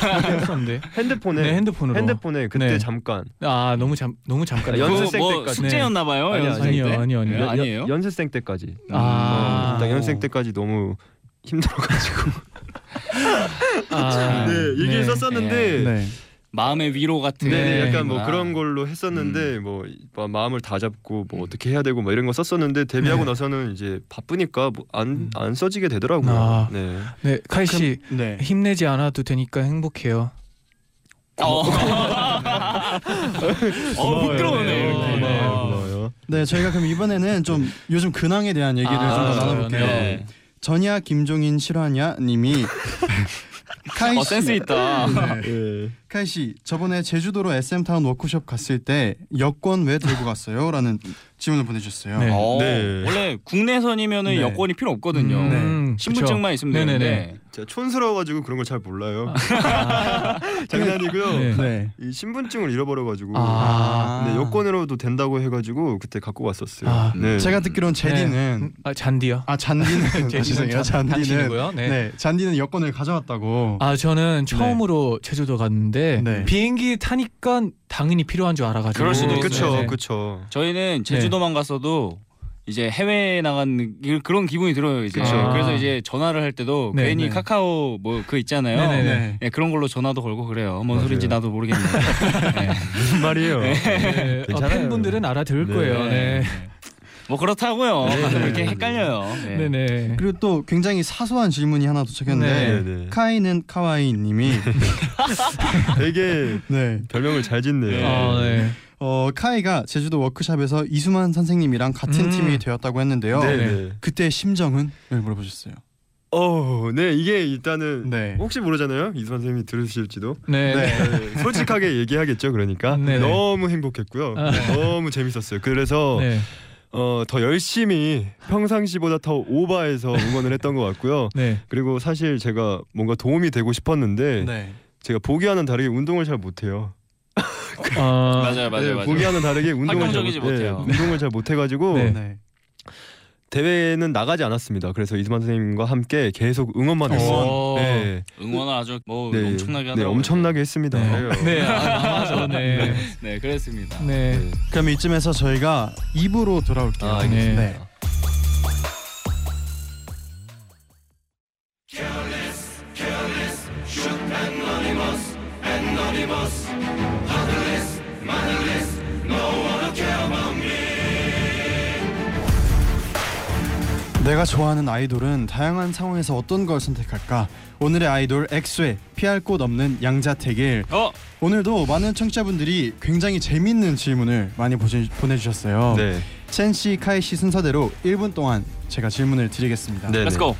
S3: 안 썼는데.
S6: 핸드폰에
S3: 네, 핸드폰으로.
S6: 핸드폰에 그때
S3: 네.
S6: 잠깐
S3: 아 너무 잠 너무 잠깐.
S6: 아, 연습- 연습생
S5: 뭐, 뭐
S6: 때까지.
S5: 숙제였나 봐요.
S6: 아니요,
S5: 연습생
S3: 아니요,
S5: 때?
S3: 아니요, 아니요.
S5: 네,
S6: 연-
S5: 아니에요.
S6: 연습생 때까지.
S3: 아.
S6: 음, 일단 연습생 때까지 너무 힘들어가지고.
S3: 아,
S5: 네,
S6: 일기를
S5: 썼었는데
S2: 네.
S5: 마음의 위로 같은
S6: 네, 네,
S3: 네.
S6: 약간 뭐
S5: 아.
S6: 그런 걸로 했었는데 뭐 이- 뭐 마음을 다 잡고 뭐 어떻게 해야 되고 뭐 이런 거 썼었는데 데뷔하고 나서는 이제 바쁘니까 뭐 안 안
S3: 음.
S6: 써지게 되더라고요.
S3: 아.
S6: 네.
S3: 네 카이 씨
S2: 네.
S3: 힘내지 않아도 되니까 행복해요.
S5: 어. 어, 부끄러우네.
S3: 네,
S5: 이렇게.
S3: 네,
S6: 고마워요.
S2: 네, 저희가 그럼 이번에는 좀 요즘 근황에 대한 얘기를
S5: 아,
S2: 좀 더
S3: 맞아요.
S2: 나눠볼게요.
S5: 네.
S2: 전야 김종인 실화냐님이 카이 씨,
S5: 어, 센스 있다.
S6: 예.
S2: 카이 씨 저번에 제주도로 SM 타운 워크숍 갔을 때 여권 왜 들고 갔어요?라는 질문을 보내주셨어요.
S3: 네.
S5: 어,
S6: 네.
S5: 원래 국내선이면은
S2: 네.
S5: 여권이 필요 없거든요. 네.
S3: 음,
S5: 신분증만 있으면
S3: 네네네.
S5: 되는데.
S6: 제가 촌스러워가지고 그런 걸 잘 몰라요.
S3: 네.
S6: 장난이고요.
S2: 네.
S6: 이 신분증을 잃어버려가지고
S3: 아.
S6: 네, 여권으로도 된다고 해가지고 그때 갖고 왔었어요.
S3: 아.
S6: 네.
S2: 제가 듣기로는 제디는
S3: 네. 아 잔디요.
S2: 아 잔디는 죄송해요. 잔디는
S3: 잔디고요. 네.
S2: 네, 잔디는 여권을 가져왔다고.
S3: 아 저는 처음으로 제주도 갔는데
S2: 네.
S3: 비행기 타니까 당연히 필요한 줄 알아가지고.
S5: 그럴 수도 있어요.
S6: 그쵸
S3: 네, 네.
S6: 그쵸.
S5: 저희는 제주도만 갔어도 이제 해외에 나간 느- 그런 기분이 들어요 이제.
S3: 그쵸. 아.
S5: 그래서 이제 전화를 할 때도
S3: 네,
S5: 괜히
S3: 네.
S5: 카카오 뭐 그 있잖아요.
S3: 네네네.
S2: 네.
S5: 예, 그런 걸로 전화도 걸고 그래요. 뭔
S6: 맞아요.
S5: 소리인지 나도 모르겠네요. 네.
S6: 무슨 말이에요?
S3: 네. 어,
S6: 괜찮아요.
S3: 팬분들은 알아들을
S6: 네.
S3: 거예요. 네.
S5: 뭐 그렇다고요. 가끔 이렇게 헷갈려요. 네.
S3: 네. 네.
S2: 그리고 또 굉장히 사소한 질문이 하나 도착했는데
S6: 네. 네, 네.
S2: 카이는 카와이님이
S6: 되게
S2: 네.
S6: 별명을 잘 짓네요.
S3: 아, 네.
S2: 어 카이가 제주도 워크샵에서 이수만 선생님이랑 같은
S3: 음.
S2: 팀이 되었다고 했는데요.
S6: 네. 네.
S2: 그때 심정은? 네, 물어보셨어요.
S6: 어, 네 이게 일단은
S2: 네.
S6: 혹시 모르잖아요. 이수만 선생님이 들으실지도
S3: 네.
S2: 네.
S6: 네, 솔직하게 얘기하겠죠. 그러니까
S3: 네네.
S6: 너무 행복했고요.
S3: 아.
S6: 너무 재밌었어요. 그래서
S3: 네.
S6: 어, 더 열심히 평상시보다 더 오바해서 응원을 했던 것 같고요.
S3: 네.
S6: 그리고 사실 제가 뭔가 도움이 되고 싶었는데
S2: 네.
S6: 제가 보기와는 다르게 운동을 잘 못해요.
S3: 아,
S5: 맞아요,
S6: 네,
S5: 맞아요, 맞아요.
S6: 예, 보기와는 다르게 운동을 잘
S5: 활동적이지
S6: 못- 예,
S5: 못해요.
S6: 운동을 잘 못해가지고
S3: 네.
S2: 네.
S6: 대회는 나가지 않았습니다. 그래서 이수만 선생님과 함께 계속 응원만 했어요.
S3: 오.
S6: 네,
S5: 응원을 아주 뭐
S6: 네,
S5: 엄청나게
S6: 네,
S5: 하더라고요.
S6: 엄청나게 했습니다.
S3: 네. 네. 아, 맞아. 네.
S5: 네, 그랬습니다.
S3: 네.
S6: 네.
S2: 그럼 이쯤에서 저희가 입으로 돌아올게요.
S6: 아,
S3: 알겠습니다.
S2: 네. 내가 좋아하는 아이돌은 다양한 상황에서 어떤 걸 선택할까? 오늘의 아이돌 엑소의 피할 곳 없는 양자택일
S5: 어,
S2: 오늘도 많은 청취자분들이 굉장히 재밌는 질문을 많이 보시, 보내주셨어요.
S6: 네.
S2: 첸 씨, 카이 씨 순서대로 1분 동안 제가 질문을 드리겠습니다.
S6: 네.
S5: 렛츠고.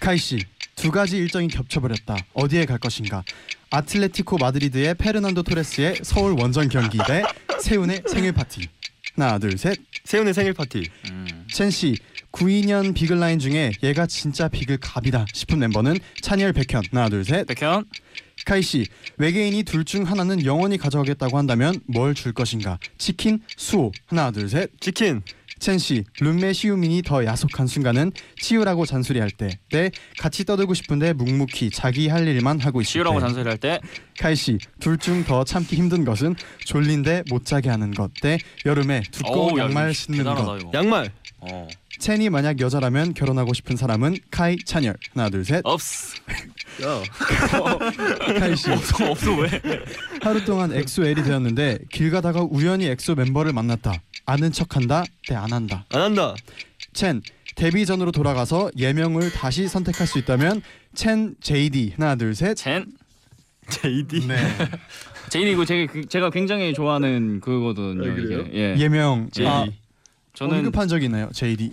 S2: 카이 씨, 두 가지 일정이 겹쳐버렸다. 어디에 갈 것인가? 아틀레티코 마드리드의 페르난도 토레스의 서울 원정 경기 대 세운의 생일 파티. 하나, 둘, 셋.
S6: 세훈의 생일 파티.
S5: 음.
S2: 첸 씨, 92년 비글 라인 중에 얘가 진짜 비글 갑이다 싶은 멤버는 찬열, 백현. 하나, 둘, 셋.
S5: 백현.
S2: 카이 씨, 외계인이 둘 중 하나는 영원히 가져가겠다고 한다면 뭘 줄 것인가? 치킨, 수호. 하나, 둘, 셋.
S6: 치킨.
S2: 첸 씨, 룸메 시우민이 더 야속한 순간은 치유라고 잔소리할 때, 네, 같이 떠들고 싶은데 묵묵히 자기 할 일만 하고 있을 때.
S5: 치유라고
S6: 네.
S5: 잔소리할 때
S2: 카이 씨, 둘 중 더 참기 힘든 것은 졸린데 못 자게 하는 것, 네, 여름에 두꺼운
S5: 어우, 야,
S2: 양말
S5: 이거
S2: 신는
S5: 대단하다,
S2: 것.
S5: 이거.
S6: 양말.
S5: 어.
S2: 첸이 만약 여자라면 결혼하고 싶은 사람은 카이 찬열. 하나 둘 셋.
S5: 없어.
S6: 야.
S2: 카이 씨,
S5: 없어 왜?
S2: 하루 동안 엑소 L이 되었는데 길 가다가 우연히 엑소 멤버를 만났다. 아는 척한다, 네 안 한다.
S6: 안 한다.
S2: 첸 데뷔 전으로 돌아가서 예명을 다시 선택할 수 있다면 첸 JD 하나 둘셋
S5: 젠.
S6: JD.
S2: 네.
S5: 제인이 이거 제가 제가 굉장히 좋아하는 그거거든요.
S6: 아, 그래요? 어,
S5: 이게. 예.
S2: 예명
S5: JD.
S2: 아,
S5: 저는
S2: 언급한 적 있나요 JD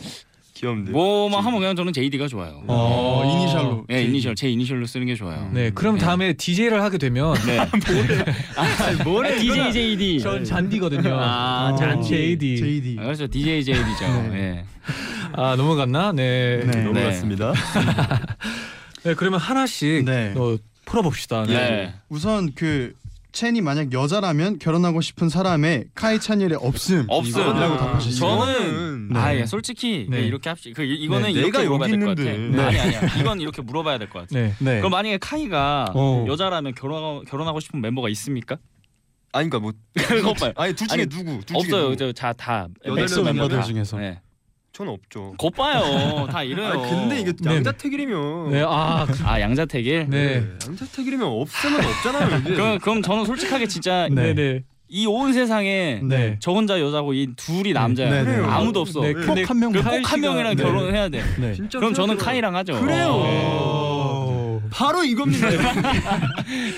S6: 귀엽네.
S5: 뭐만 하면 그냥 저는 JD가 좋아요.
S2: 어, 이니셜로
S5: 예, 이니셜 제 이니셜로 쓰는 게 좋아요.
S3: 네. 그럼
S5: 네.
S3: 다음에 DJ를 하게 되면
S5: 네. 아,
S6: 뭐래?
S5: DJ JD.
S3: 전 잔디거든요.
S5: 아,
S2: 어,
S3: 잔
S5: 잔디.
S3: JD.
S2: JD
S5: 아, 그렇죠. DJ JD죠.
S2: 네.
S5: 예.
S3: 아, 넘어갔나? 네.
S2: 네.
S3: 네.
S6: 너무
S5: 네.
S6: 같습니다.
S3: 그러면 하나씩
S2: 네.
S3: 어, 풀어 봅시다.
S5: 네.
S2: 우선 그 첸이 만약 여자라면 결혼하고 싶은 사람의 카이 찬열의 없음
S5: 없어요.
S2: 이라고
S5: 아,
S2: 답하시죠
S5: 저는
S2: 네.
S5: 아, 예. 솔직히
S3: 네.
S5: 네, 이렇게 합시. 그 이- 이거는
S6: 네,
S5: 이렇게
S6: 내가
S5: 물어봐야
S6: 여기
S5: 될것 같아.
S6: 있는데. 네.
S5: 아니 아니야. 이건 이렇게 물어봐야 될 것 같아.
S3: 네.
S2: 네
S5: 그럼 만약에 카이가
S2: 어.
S5: 여자라면 결혼 결혼하고 싶은 멤버가 있습니까?
S6: 아니 그러니까 뭐
S5: 그거 봐요.
S6: 아니 둘 중에
S5: 아니,
S6: 누구? 둘 중에
S5: 없어요.
S6: 누구?
S5: 저다다
S6: 여덟
S2: 엑소
S6: 멤버
S2: 멤버들
S6: 다.
S2: 중에서
S5: 네.
S6: 저는 없죠.
S5: 곧 봐요. 다 이래요.
S6: 아니, 근데 이게
S3: 네.
S6: 양자택일이면
S3: 네. 아,
S5: 아 양자택일.
S3: 네.
S6: 양자택일이면 없으면 없잖아요. 이게.
S5: 그럼 그럼 저는 솔직하게 진짜
S3: 네,
S2: 네.
S3: 네.
S5: 이 온 세상에
S3: 네.
S5: 저 혼자 여자고 이 둘이 남자야.
S2: 네, 네.
S5: 아무도 없어.
S3: 네,
S5: 그럼
S3: 근데
S2: 꼭한 명.
S3: 그
S5: 꼭 한
S3: 카이 씨가-
S5: 명이랑
S3: 네.
S5: 결혼을 해야 돼.
S2: 네.
S6: 진짜
S5: 그럼 저는
S6: 생각해봐요.
S5: 카이랑 하죠. 어.
S6: 그래요.
S3: 오.
S6: 바로 이겁니다.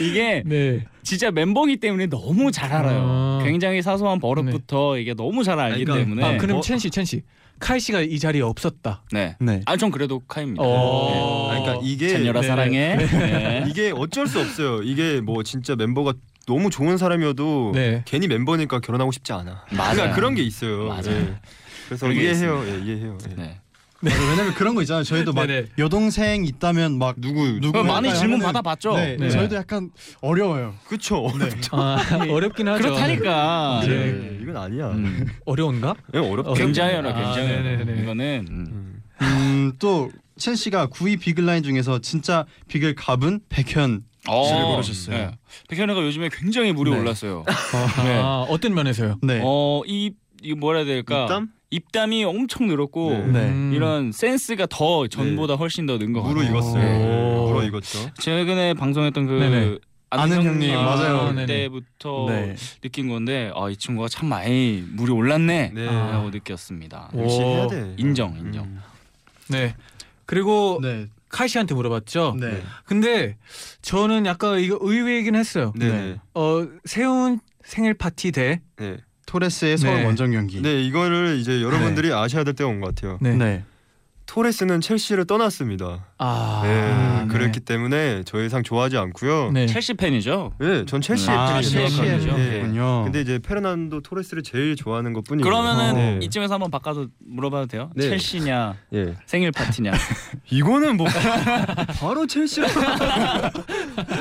S5: 이게
S3: 네.
S5: 진짜 멤버기 때문에 너무 잘 알아요.
S3: 아.
S5: 굉장히 사소한 버릇부터 이게 너무 잘 알기
S6: 그러니까-
S5: 때문에.
S3: 아, 그럼
S6: 어.
S3: 첸 씨, 첸 씨. 카이 씨가 이 자리에 없었다.
S5: 네.
S2: 네.
S5: 아, 전 그래도 카입니다.
S3: 어.
S6: 아니, 그러니까
S5: 네.
S6: 이게
S5: 찬열아
S3: 네.
S5: 사랑해. 네.
S6: 이게 어쩔 수 없어요. 이게 뭐 진짜 멤버가 너무 좋은 사람이어도
S3: 네.
S6: 괜히 멤버니까 결혼하고 싶지 않아.
S5: 맞아요.
S6: 그러니까 그런 게 있어요.
S5: 맞아요.
S6: 예. 그래서
S5: 그런 게
S6: 이해해요. 예, 이해해요. 예.
S5: 네.
S2: 맞아요. 왜냐면 그런 거 있잖아요 저희도 막
S3: 네네.
S2: 여동생 있다면 막
S6: 누구
S2: 누구
S5: 그럼 어, 많이
S2: 할까요?
S5: 질문
S2: 하면은-
S5: 받아봤죠.
S2: 네,
S3: 네.
S2: 저희도 약간 어려워요
S6: 그쵸.
S5: 네.
S3: 아, 어렵긴 하죠.
S5: 그렇다니까.
S3: 네.
S6: 예, 이건 아니야.
S5: 음.
S3: 어려운가?
S6: 예, 어렵다.
S3: 어.
S5: 굉장히 어려,
S3: 아,
S5: 굉장히 어려.
S3: 네네네.
S5: 이거는 음.
S6: 음.
S2: 음또첸 씨가 9위 비글 라인 중에서 진짜 비글 갑은 백현.
S5: 어,
S2: 씨를 고르셨어요.
S5: 네. 백현우가 요즘에 굉장히 물이
S2: 네.
S5: 올랐어요.
S6: 네.
S3: 아, 어떤 면에서요?
S2: 네.
S5: 어, 이 이거 뭐라 해야 될까?
S6: 입담?
S5: 이 엄청 늘었고
S6: 네.
S2: 네.
S3: 음.
S5: 이런 센스가 더 전보다 훨씬 더 는 것
S6: 무로
S5: 같아요.
S6: 익었어요.
S3: 오.
S6: 무로 익었죠.
S5: 최근에 방송했던 그
S3: 네네.
S5: 아는,
S2: 아는 형님,
S3: 맞아요. 네네.
S5: 때부터
S2: 네.
S5: 느낀 건데 아, 이 친구가 참 많이 물이 올랐네
S6: 네.
S5: 라고 느꼈습니다.
S3: 오.
S6: 역시 해야 돼.
S5: 아. 인정, 인정.
S6: 음.
S3: 네. 그리고
S2: 네.
S3: 카이 씨한테 물어봤죠.
S2: 네.
S3: 근데 저는 약간 이거 의외이긴 했어요.
S6: 네. 네.
S3: 어, 세훈 생일 파티 대
S6: 네.
S2: 토레스의 서울
S3: 네.
S2: 원정 경기.
S6: 네
S5: 네.
S6: 이거를 이제 여러분들이 아셔야 될 때가 온 것 같아요.
S3: 네.
S2: 네.
S6: 토레스는 첼시를 떠났습니다.
S3: 아,
S6: 네,
S3: 네.
S6: 그랬기 때문에 저 이상 좋아하지 않고요.
S3: 네.
S5: 첼시 팬이죠.
S6: 네, 전 첼시의
S5: 아,
S6: 팬이에요.
S5: 첼시의
S6: 네.
S2: 팬이군요.
S6: 근데 이제 페르난도 토레스를 제일 좋아하는 것뿐이에요.
S5: 그러면은
S6: 네.
S5: 이쯤에서 한번 바꿔도 물어봐도 돼요?
S6: 네.
S5: 첼시냐
S6: 예.
S5: 생일 파티냐?
S6: 이거는 뭐 바로 첼시로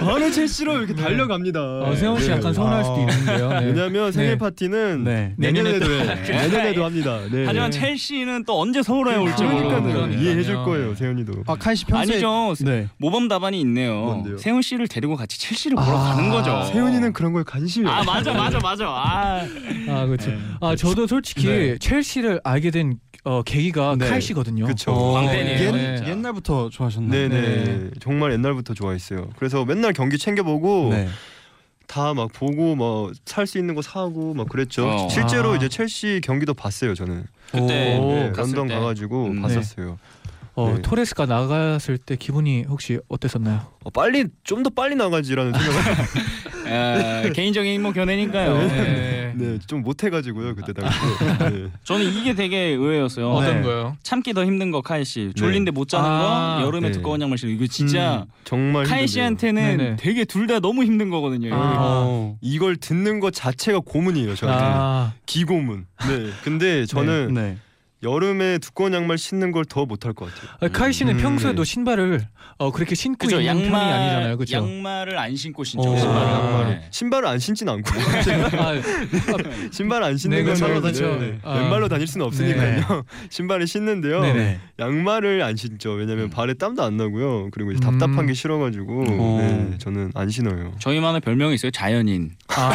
S6: 바로 첼시로 이렇게 달려갑니다.
S3: 어, 세훈 씨
S6: 네.
S3: 약간 서운할 수도
S2: 아.
S3: 있는데요. 네.
S6: 왜냐면 생일
S3: 네.
S6: 파티는
S2: 네.
S6: 내년에도
S5: 내년에도
S6: 해.
S5: 해.
S6: 내년에도 합니다. 네.
S5: 하지만 첼시는 또 언제 서울에 올지
S6: 그러니까요.
S5: 모르거든요.
S3: 그러니까요.
S6: 이해해 줄 거예요, 세훈이도.
S2: 아 카이 씨 평소에
S5: 아니죠.
S2: 네.
S5: 모범 답안이 있네요.
S6: 뭔데요?
S5: 세훈 씨를 데리고 같이 첼시를 보러
S2: 아,
S5: 가는 거죠.
S6: 세훈이는 그런 걸 관심이
S5: 아
S6: 없어요.
S5: 맞아 맞아 맞아. 아
S3: 아 그렇죠.
S6: 네.
S3: 아 저도 솔직히
S2: 네.
S3: 첼시를 알게 된 어, 계기가
S6: 네.
S3: 카이 씨거든요.
S6: 그쵸.
S5: 광팬이에요, 어.
S2: 네, 옛,
S3: 진짜.
S2: 옛날부터 좋아하셨나요?
S6: 어. 네네
S3: 네.
S6: 정말 옛날부터 좋아했어요. 그래서 맨날 경기 챙겨보고
S2: 네.
S6: 다 막 보고 뭐 살 수 있는 거 사고 막 그랬죠.
S5: 어.
S6: 실제로
S3: 아.
S6: 이제 첼시 경기도 봤어요 저는.
S5: 그때
S3: 오.
S6: 네,
S5: 갔을
S6: 런던
S5: 때.
S6: 가가지고
S5: 음.
S6: 봤었어요.
S3: 어,
S6: 네.
S3: 토레스가 나갔을 때 기분이 혹시 어땠었나요?
S6: 어, 빨리 좀 더 빨리 나가지라는 생각을
S5: 에, 개인적인 뭐 견해니까요.
S3: 네.
S6: 네, 좀 못해가지고요 그때
S3: 아.
S6: 당시. 네.
S5: 저는 이게 되게 의외였어요.
S2: 어떤 네.
S3: 거요?
S5: 참기 더 힘든 거 카이 씨. 졸린데 못 자는
S3: 아,
S5: 거 여름에
S6: 네.
S5: 두꺼운 양말 신고 이거 진짜
S6: 음, 정말
S5: 카이
S6: 힘들어요.
S5: 씨한테는
S3: 네네.
S5: 되게 둘 다 너무 힘든 거거든요.
S3: 아.
S2: 어.
S6: 이걸 듣는 것 자체가 고문이에요 저한테 는
S3: 아,
S6: 기고문. 네. 근데 저는
S2: 네.
S6: 여름에 두꺼운 양말 신는 걸 더 못할 것 같아요.
S3: 아, 카이 씨는
S6: 음,
S3: 평소에도
S6: 네.
S3: 신발을 어, 그렇게 신고
S5: 그죠
S3: 있는
S5: 양말
S3: 편이 아니잖아요, 그렇죠?
S5: 양말을 안 신고 신죠.
S3: 어.
S5: 신발을.
S3: 아.
S6: 양말을.
S5: 네.
S6: 신발을 안 신진 않고
S3: 아,
S6: 신발 안
S3: 네,
S6: 신는 건
S3: 왼발로
S6: 네,
S3: 다니죠.
S6: 네.
S3: 아. 네.
S6: 왼발로 다닐 수는 없으니까요. 신발을 신는데요.
S3: 네네.
S6: 양말을 안 신죠. 왜냐면 발에 땀도 안 나고요. 그리고 이제
S3: 음.
S6: 답답한 게 싫어가지고
S2: 어.
S6: 네, 저는 안 신어요.
S5: 저희만의 별명이 있어요. 자연인.
S3: 아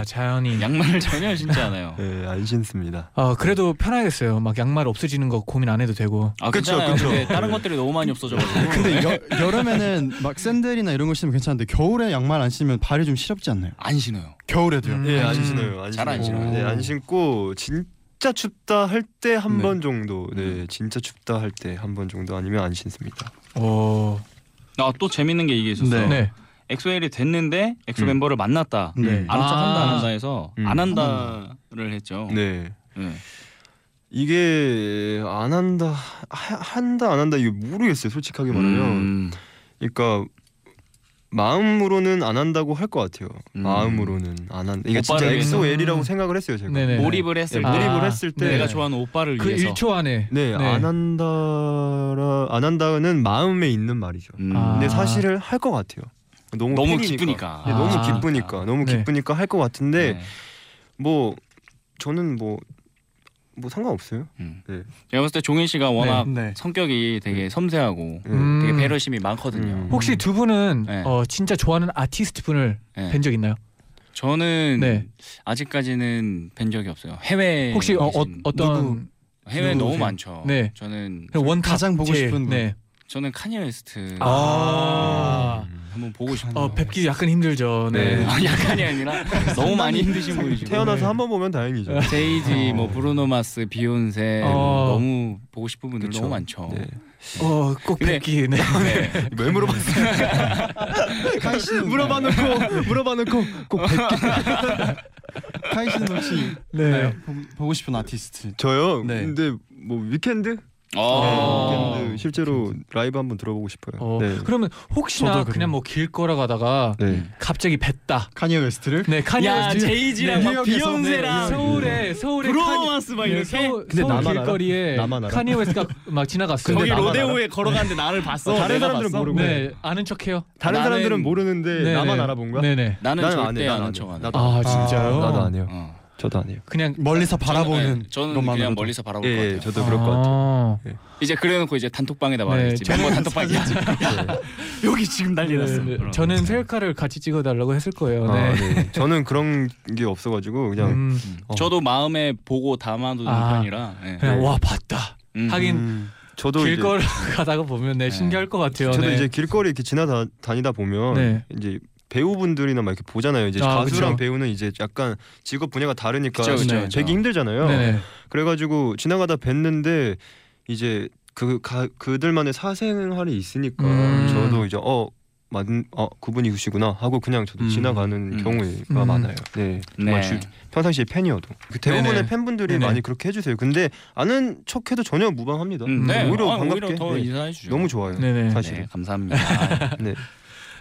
S6: 음.
S3: 자연이.
S5: 양말을 전혀 신지 않아요.
S6: 네, 안 신습니다.
S3: 아 그래도 편하겠어요. 막 양말 없어지는 거 고민 안 해도 되고.
S5: 아
S6: 그쵸,
S5: 괜찮아요.
S6: 그쵸. 그
S5: 근데 다른 것들이 너무 많이 없어져가지고.
S2: 근데 여, 여름에는 막 샌들이나 이런 걸 신으면 괜찮은데 겨울에 양말 안 신으면 발이 좀 시렵지 않나요?
S5: 안 신어요.
S2: 겨울에도요.
S3: 음.
S6: 네, 안 신어요. 안
S5: 잘안
S6: 신어요.
S2: 신어요.
S6: 네, 안 신고 진짜 춥다 할 때 한
S2: 네.
S6: 번 정도.
S5: 음.
S6: 네, 진짜 춥다 할 때 한 번 정도 아니면 안 신습니다.
S5: 어,
S3: 오.
S5: 아또 재밌는 게 이게 있었어요.
S3: 네.
S5: 엑소엘이 됐는데 엑소
S6: 음.
S5: 멤버를 만났다.
S2: 네.
S5: 아는 척 한다
S3: 아.
S5: 음. 안 한다 해서
S6: 음.
S5: 안 한다를 했죠.
S6: 네.
S5: 네.
S6: 이게 안 한다 하, 한다 안 한다 이게 모르겠어요 솔직하게 말하면
S5: 음.
S6: 그러니까 마음으로는 안 한다고 할 것 같아요
S5: 음.
S6: 마음으로는 안 한다 이게 진짜
S5: 오빠를 위해서?
S6: 엑소엘이라고 생각을 했어요 제가
S3: 네네.
S5: 몰입을
S6: 네,
S5: 했을 때
S3: 몰입-
S6: 몰입을
S3: 아,
S6: 했을 때
S3: 네.
S5: 내가 좋아하는 오빠를
S3: 그
S5: 위해서 음,
S3: 1초 안에.
S6: 네, 안 한다라 안 한다는 마음에 있는 말이죠
S5: 음.
S3: 아.
S6: 근데 사실을 할 것 같아요 너무
S5: 너무
S6: 팬이니까.
S5: 기쁘니까.
S6: 네, 너무
S3: 아.
S6: 기쁘니까 너무
S3: 네.
S6: 기쁘니까 할 것 같은데
S5: 네.
S6: 뭐 저는 뭐 뭐 상관없어요
S5: 음.
S6: 네.
S5: 제가 봤을 때 종인 씨가 워낙
S2: 네.
S5: 성격이 되게 섬세하고
S6: 네.
S3: 음.
S5: 되게 배려심이 많거든요.
S6: 음.
S3: 혹시 두 분은
S5: 네.
S3: 어, 진짜 좋아하는 아티스트 분을
S5: 네.
S3: 뵌 적 있나요?
S5: 저는
S3: 네.
S5: 아직까지는 뵌 적이 없어요. 해외
S3: 혹시 어, 어,
S5: 계신-
S3: 어떤
S5: 해외 너무
S2: 누구세요?
S5: 많죠.
S3: 네.
S5: 저는
S3: 그냥 원탑
S2: 가장 보고
S3: 제일,
S2: 싶은 분.
S3: 네.
S5: 저는 카니 웨스트
S3: 아.
S5: 한번 보고 싶어요.
S3: 어 뵙기 약간 힘들죠. 네.
S6: 네.
S5: 아, 약간이 아니라 너무 많이 힘드신 분이시고
S6: 태어나서 한 번 보면
S5: 네.
S6: 다행이죠
S5: 제이지 뭐 브루노 마스 비욘세
S3: 어.
S5: 너무 보고 싶은 분들
S6: 그쵸.
S5: 너무 많죠.
S6: 네.
S3: 어꼭
S5: 근데-
S3: 뵙기. 네.
S5: 네.
S6: 왜 물어봤어요?
S2: 카이 씨는
S6: 물어봐놓고 물어봐놓고 꼭
S2: 카이 씨는 혹시
S3: 네.
S2: 네. 보- 보고 싶은 아티스트.
S6: 저요.
S2: 네.
S6: 근데 뭐 위켄드?
S5: 어.
S6: 네, 위켄드 실제로 라이브 한번 들어보고 싶어요.
S3: 어
S6: 네.
S3: 그러면 혹시나
S2: 저도 그래요.
S3: 그냥 뭐 길 걸어가다가
S6: 네.
S3: 갑자기 뵀다.
S2: 카니에 웨스트를
S3: 네 카니
S5: 야
S3: 웨스트.
S5: 제이지랑
S2: 네,
S5: 막
S2: 뉴욕에서,
S5: 비욘세랑
S2: 네,
S3: 서울에 서울에
S5: 브루노 마스 막
S3: 네,
S5: 이렇게
S3: 서울,
S6: 근데
S3: 서울
S6: 나만 알아?
S3: 길거리에
S6: 나만 알아?
S3: 카니 웨스트가 막 지나갔어요.
S5: 거기
S6: 근데 나만
S5: 로데오에 걸어갔는데 나를 봤어.
S6: 다른
S5: 내가
S6: 사람들은
S5: 봤어?
S6: 모르고.
S3: 네 아는 척해요.
S6: 다른
S5: 나는-
S6: 사람들은 모르는데
S3: 네,
S6: 나만
S3: 네.
S6: 알아본 거야?
S3: 네네.
S5: 나는
S6: 나는 안
S5: 절대
S6: 해, 나는
S5: 안한
S6: 안
S5: 척
S6: 해.
S5: 안 해.
S6: 나도
S3: 아 진짜요?
S6: 나도 안 해요.
S5: 어.
S6: 저도 안 해요.
S3: 그냥
S2: 멀리서 바라보는
S5: 네, 저는
S2: 것만으로도.
S5: 그냥 멀리서 바라볼
S6: 예,
S5: 것
S6: 예,
S5: 같아요.
S6: 저도 그럴 것 같아요.
S3: 아.
S5: 이제 그래놓고 이제
S6: 네,
S5: 단톡방에다 말했지.
S3: 저는
S5: 멤버 단톡방이야. 여기 지금 난리 났어.
S3: 네, 네.
S5: 그럼.
S3: 저는 셀카를 같이 찍어달라고 했을 거예요. 네.
S6: 아, 네. 저는 그런 게 없어가지고 그냥
S3: 음,
S6: 어.
S5: 저도 마음에 보고 담아두는
S3: 아.
S5: 편이라. 예.
S3: 그냥
S6: 네.
S3: 와 봤다.
S5: 음.
S3: 하긴
S6: 음, 저도 이제
S3: 길거리 가다가 보면 네, 신기할 것 같아요.
S6: 저도
S3: 네.
S6: 이제 길거리 이렇게 지나다 다니다 보면
S3: 네.
S6: 이제 배우분들이나 막 이렇게 보잖아요. 이제
S3: 아, 그쵸.
S6: 가수랑 배우는 이제 약간 직업 분야가 다르니까
S5: 그쵸, 그쵸,
S6: 네.
S5: 그쵸.
S6: 되게 힘들잖아요.
S3: 네네.
S6: 그래가지고 지나가다 뵀는데 이제 그 가, 그들만의 사생활이 있으니까
S3: 음.
S6: 저도 이제 어 맞, 아 그분이 그시구나 하고 그냥 저도
S7: 음.
S6: 지나가는
S7: 음.
S6: 경우가
S3: 음.
S6: 많아요. 네,
S7: 네.
S6: 정말 주- 평상시에 팬이어도 그 대부분의
S3: 네네.
S6: 팬분들이
S3: 네네.
S6: 많이 그렇게 해주세요. 근데 아는 척해도 전혀 무방합니다.
S7: 음, 네.
S6: 오히려
S5: 아,
S6: 반갑게
S5: 오히려 더
S6: 네.
S5: 인사해 주죠.
S6: 너무 좋아요.
S3: 네네.
S6: 사실.
S7: 네, 감사합니다.
S6: 네.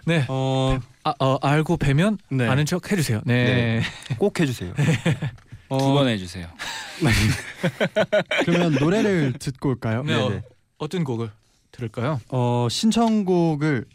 S3: 네.
S7: 어,
S3: 아, 어, 알고 뵈면
S2: 네.
S3: 아는 척 해주세요. 네.
S6: 꼭 해주세요. 어.
S5: 두 번 해주세요.
S2: 그러면 노래를 듣고 올까요?
S3: 네.
S6: 네네.
S3: 어, 떤 곡을 들을까요?
S2: 어 신청곡을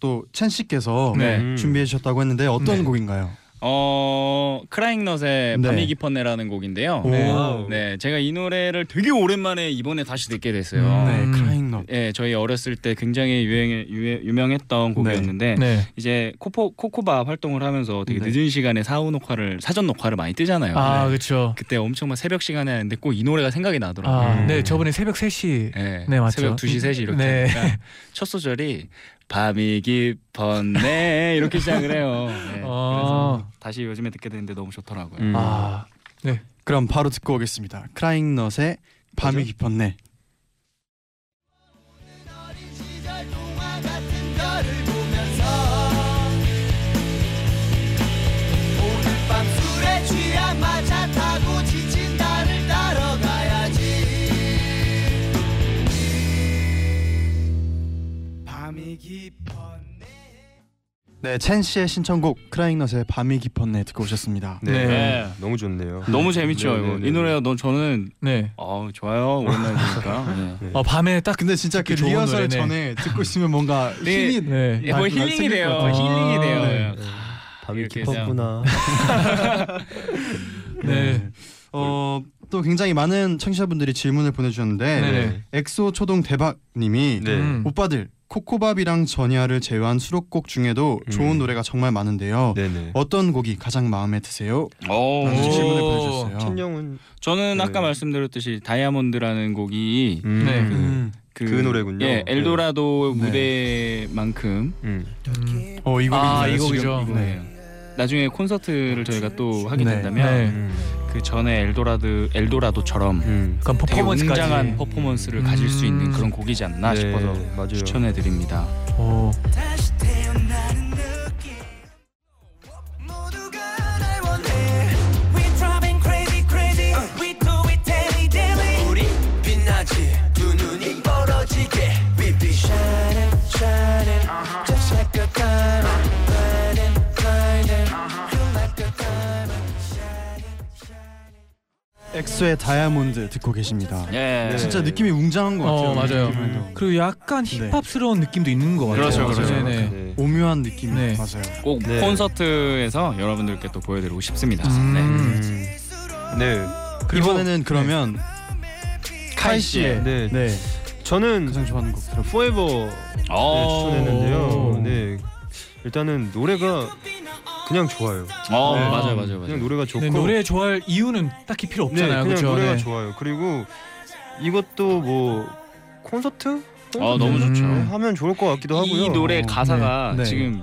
S2: 또첸 씨께서
S3: 네.
S6: 음.
S2: 준비해 주셨다고 했는데 어떤
S3: 네.
S2: 곡인가요?
S5: 어 크라잉넛의
S2: 네.
S5: 밤이 깊었네라는 곡인데요.
S2: 오.
S6: 와우.
S5: 네, 제가 이 노래를 되게 오랜만에 이번에 다시 듣게 됐어요.
S3: 음.
S2: 네,
S3: 음.
S2: 크라잉넛.
S5: 예, 저희 어렸을 때 굉장히 유행 유명했던 곡이었는데
S3: 네.
S5: 이제 코코 코코바 활동을 하면서 되게
S2: 네.
S5: 늦은 시간에 사후 녹화를 사전 녹화를 많이 뜨잖아요.
S3: 아,
S5: 네.
S3: 그렇죠.
S5: 그때 엄청 막 새벽 시간에 하는데 꼭 이 노래가 생각이 나더라고요.
S3: 아,
S6: 음.
S3: 네. 저번에 새벽 3시.
S5: 예,
S3: 네, 맞죠.
S5: 새벽 2시 3시 이렇게
S3: 네.
S5: 하니까 첫 소절이 밤이 깊었네 이렇게 시작을 해요. 네, 그래서
S3: 아.
S5: 다시 요즘에 듣게 되는데 너무 좋더라고요.
S6: 음.
S2: 아,
S3: 네.
S2: 그럼 바로 듣고 오겠습니다. 크라잉넛의 밤이
S6: 뭐죠?
S2: 깊었네.
S4: 어린 시절 동화 같은 별을 보면서 오늘 밤 술에 취한 마차 타고 지친 나를 따러 가야지 밤이 깊었네
S2: 네, 첸 씨의 신청곡 크라잉넛의 밤이 깊었네 듣고 오셨습니다.
S6: 네.
S5: 네.
S6: 너무 좋네요.
S5: 너무 재밌죠.
S6: 네,
S5: 이거.
S6: 네, 네.
S5: 이 노래가 너 저는
S3: 네.
S5: 어 좋아요 오랜만에 들으니까 네.
S3: 어, 밤에 딱
S2: 근데 진짜 그
S3: 좋은
S2: 리허설
S3: 노래네.
S2: 전에 듣고 있으면 뭔가
S5: 네.
S2: 힘이
S3: 네.
S5: 뭐
S2: 아,
S5: 힐링이
S2: 생길
S5: 돼요
S2: 것 같아요.
S5: 힐링이 돼요
S2: 아,
S5: 네.
S6: 밤이
S5: 이렇게
S6: 깊었구나.
S3: 네.
S2: 어, 또 굉장히 많은 청취자분들이 질문을 보내주셨는데
S3: 네네.
S2: 엑소 초동 대박님이
S6: 네.
S3: 음.
S2: 오빠들 코코밥이랑 전야를 제외한 수록곡 중에도 좋은
S6: 음.
S2: 노래가 정말 많은데요.
S6: 네네.
S2: 어떤 곡이 가장 마음에 드세요?
S5: 오.
S2: 라는 질문을
S3: 오.
S2: 보내주셨어요.
S6: 신영은
S5: 어. 저는
S6: 아, 네.
S5: 아까 말씀드렸듯이 다이아몬드라는 곡이
S6: 음.
S3: 네.
S2: 음.
S5: 그,
S6: 그 노래군요.
S5: 예 엘도라도
S2: 네.
S5: 무대만큼
S6: 음.
S3: 음.
S2: 어, 이 곡이
S5: 아,
S2: 있나요,
S5: 이
S2: 지금?
S5: 곡이죠.
S2: 네.
S5: 나중에 콘서트를 저희가 또 하게
S2: 네.
S5: 된다면
S3: 네.
S6: 음.
S5: 그 전에 엘도라드 엘도라도처럼
S6: 음.
S3: 약간
S5: 되게
S3: 퍼포먼스까지.
S5: 웅장한 퍼포먼스를 가질 수 있는 그런 곡이지 않나
S6: 네,
S5: 싶어서
S6: 맞아요.
S5: 추천해 드립니다.
S3: 어.
S4: 다시 태어나는 느낌 모두가 날 원해 We driving crazy crazy We do it daily daily 우리 빛나지 두 눈이 멀어지게 We be shining shining Just like a diamond Blinding blinding You like a diamond
S2: 엑소의 다이아몬드 듣고 계십니다.
S5: 예.
S6: 네.
S2: 진짜 느낌이 웅장한 것 같아요.
S3: 어, 맞아요.
S2: 느낌에도.
S3: 그리고 약간 힙합스러운 느낌도 있는 것 같아요.
S5: 그렇죠, 그렇죠.
S3: 네네.
S6: 네.
S2: 오묘한 느낌.
S3: 음. 네.
S2: 맞아요.
S5: 꼭
S6: 네.
S5: 콘서트에서 여러분들께 또 보여드리고 싶습니다. 네.
S3: 음.
S6: 네.
S3: 그리고-
S2: 이번에는 그러면 카이 씨의
S6: 네.
S2: 네.
S6: 저는
S2: 가장 좋아하는 곡 들어.
S6: 포에버 네,
S5: 어.
S6: 추천했는데요. 네. 일단은 노래가 그냥 좋아요.
S5: 어,
S6: 네.
S5: 맞아요, 맞아요, 맞아요.
S6: 그냥 노래가 좋고
S3: 네, 노래 좋아할 이유는 딱히 필요
S6: 네,
S3: 없잖아요.
S6: 그냥
S3: 그렇죠.
S6: 노래가
S3: 네.
S6: 좋아요. 그리고 이것도 뭐 콘서트?
S5: 어, 너무 좋죠.
S6: 네, 하면 좋을 것 같기도 하고요.
S5: 이 노래 가사가
S2: 네. 네.
S5: 지금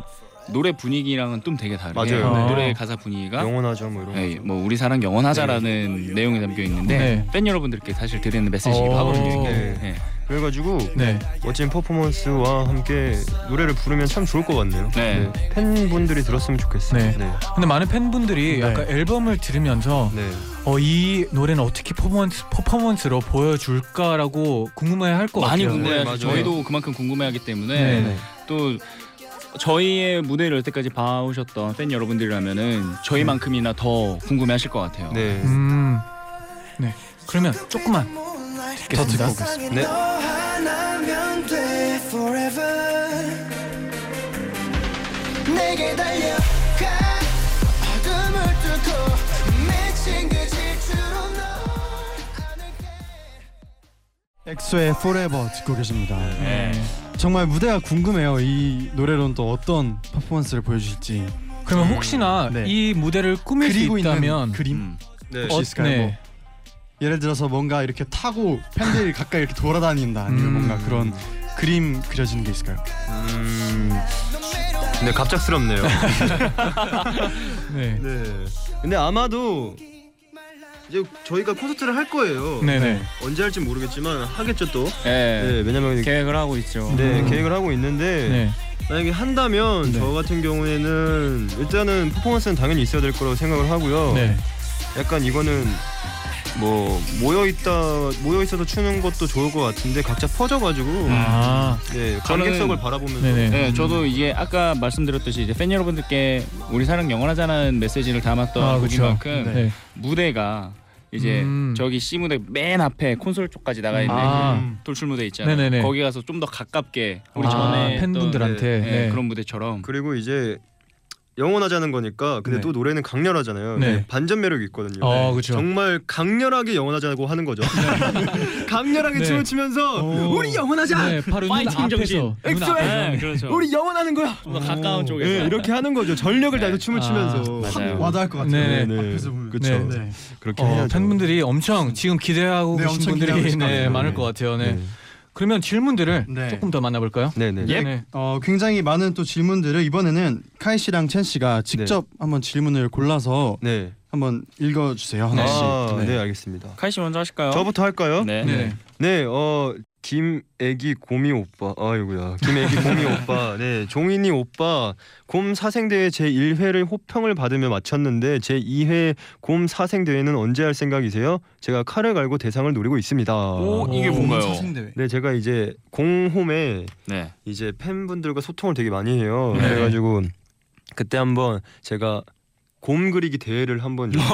S5: 노래 분위기랑은 좀 되게 다르게
S6: 맞아요.
S3: 네.
S5: 노래 가사 분위기가
S6: 영원하죠 뭐 이런 거.
S5: 예, 뭐 우리 사랑 영원하자라는 내용이 담겨 있는데
S3: 네.
S5: 팬 여러분들께 사실 드리는 메시지이기도
S3: 어.
S5: 하거든요. 이게.
S6: 네.
S5: 예.
S6: 그래가지고
S3: 네.
S6: 멋진 퍼포먼스와 함께 노래를 부르면 참 좋을 것 같네요.
S5: 네.
S6: 팬분들이 들었으면 좋겠어요.
S3: 네.
S6: 네.
S3: 근데 많은 팬분들이
S2: 네.
S3: 약간 앨범을 들으면서
S6: 네.
S3: 어, 이 노래는 어떻게 퍼포먼스, 퍼포먼스로 보여줄까라고 궁금해할 것
S5: 많이
S3: 같아요.
S6: 궁금해.
S5: 궁금해하죠.
S6: 네, 맞아요.
S5: 저희도 그만큼 궁금해하기 때문에
S3: 네.
S5: 또 저희의 무대를 여태까지 봐오셨던 팬 여러분들이라면은 저희만큼이나 더 궁금해하실 것 같아요.
S6: 네.
S3: 음. 네. 그러면 조금만
S2: 더 듣고
S3: 듣겠습니다.
S2: 오겠습니다.
S6: 네.
S4: 너 하나면 돼 forever 내게 달려가 어둠을 뚫고 미친 그 질주로 널 안을게
S2: 엑소의 Forever 듣고 계십니다.
S5: 네.
S2: 정말 무대가 궁금해요. 이 노래로는 또 어떤 퍼포먼스를 보여주실지.
S3: 그러면 혹시나
S2: 네.
S3: 이 무대를 꾸밀 수
S2: 그리고 있다면
S3: 있다면 어,
S2: 그림
S5: 음.
S6: 네.
S2: 혹시 있을까요? 뭐 예를 들어서 뭔가 이렇게 타고 팬들이 가까이 이렇게 돌아다닌다 아니면
S3: 음.
S2: 뭔가 그런 그림 그려지는 게 있을까요?
S6: 음. 근데 갑작스럽네요.
S3: 네.
S6: 네. 근데 아마도 이제 저희가 콘서트를 할 거예요.
S3: 네. 네.
S6: 언제 할지 모르겠지만 하겠죠 또.
S5: 예.
S6: 네. 왜냐면
S5: 계획을 하고 있죠.
S6: 네
S3: 음.
S6: 계획을 하고 있는데
S3: 네.
S6: 만약에 한다면
S3: 네.
S6: 저 같은 경우에는 일단은 퍼포먼스는 당연히 있어야 될 거라고 생각을 하고요.
S3: 네.
S6: 약간 이거는 뭐 모여 있다 모여 있어서 추는 것도 좋을 것 같은데 각자 퍼져가지고
S3: 아,
S6: 네 관객석을
S5: 저는-
S6: 바라보면서
S3: 네네.
S5: 네, 저도 이게 아까 말씀드렸듯이 이제 팬 여러분들께 우리 사랑 영원하자는 메시지를 담았던
S3: 아, 그쵸.
S5: 곡인만큼
S3: 네.
S5: 무대가 이제
S3: 음.
S5: 저기 C 무대 맨 앞에 콘솔 쪽까지 나가 있는
S3: 아.
S5: 그 돌출 무대 있잖아요.
S3: 네네네.
S5: 거기 가서 좀 더 가깝게 우리
S3: 아,
S5: 전에 했던,
S3: 팬분들한테
S5: 네,
S3: 네.
S5: 그런 무대처럼
S6: 그리고 이제 영원하자는 거니까 근데
S3: 네.
S6: 또 노래는 강렬하잖아요.
S3: 네.
S6: 반전 매력이 있거든요. 네.
S3: 어, 그쵸.
S6: 정말 강렬하게 영원하자고 하는 거죠. 강렬하게
S3: 네.
S6: 춤을 추면서
S3: 오.
S6: 우리 영원하자.
S3: 네, 바로 눈
S5: 파이팅 정신.
S3: 앞에서 눈
S5: 엑소의- 네,
S3: 앞에서
S5: 그렇죠.
S6: 우리 영원하는 거야.
S5: 좀 더 가까운 쪽에서
S6: 네, 이렇게 하는 거죠. 전력을
S5: 네.
S6: 다해서 춤을
S3: 아,
S6: 추면서
S5: 맞아요.
S2: 와닿을 것 같아요.
S3: 네,
S6: 네.
S2: 앞에서 보면.
S6: 그쵸.
S2: 네.
S6: 그렇게
S3: 어,
S6: 해야죠.
S3: 팬분들이 엄청 지금 기대하고
S2: 네,
S3: 계신
S2: 엄청 기대하고
S3: 분들이
S2: 계실
S3: 네,
S2: 거예요.
S3: 많을
S6: 네.
S3: 것 같아요. 네.
S6: 네.
S3: 그러면 질문들을
S2: 네.
S3: 조금 더 만나볼까요?
S6: 네네.
S5: 예.
S3: 네.
S2: 어, 굉장히 많은 또 질문들을 이번에는 카이 씨랑 첸 씨가 직접 한번 질문을 골라서
S6: 네.
S2: 한번 읽어 주세요. 하나씩.
S6: 아, 네. 알겠습니다.
S5: 카이 씨 먼저 하실까요?
S6: 저부터 할까요?
S5: 네.
S3: 네.
S6: 네, 어 김애기 고미 오빠, 아이고야, 김애기 고미 오빠, 네, 종인이 오빠, 곰 사생대회 제 1회를 호평을 받으며 마쳤는데 제 2회 곰 사생대회는 언제 할 생각이세요? 제가 칼을 갈고 대상을 노리고 있습니다.
S5: 오, 이게 뭔가요?
S6: 네, 제가 이제 공홈에
S5: 네.
S6: 이제 팬분들과 소통을 되게 많이 해요.
S3: 네.
S6: 그래가지고 그때 한번 제가 곰 그리기 대회를 한번 열어요.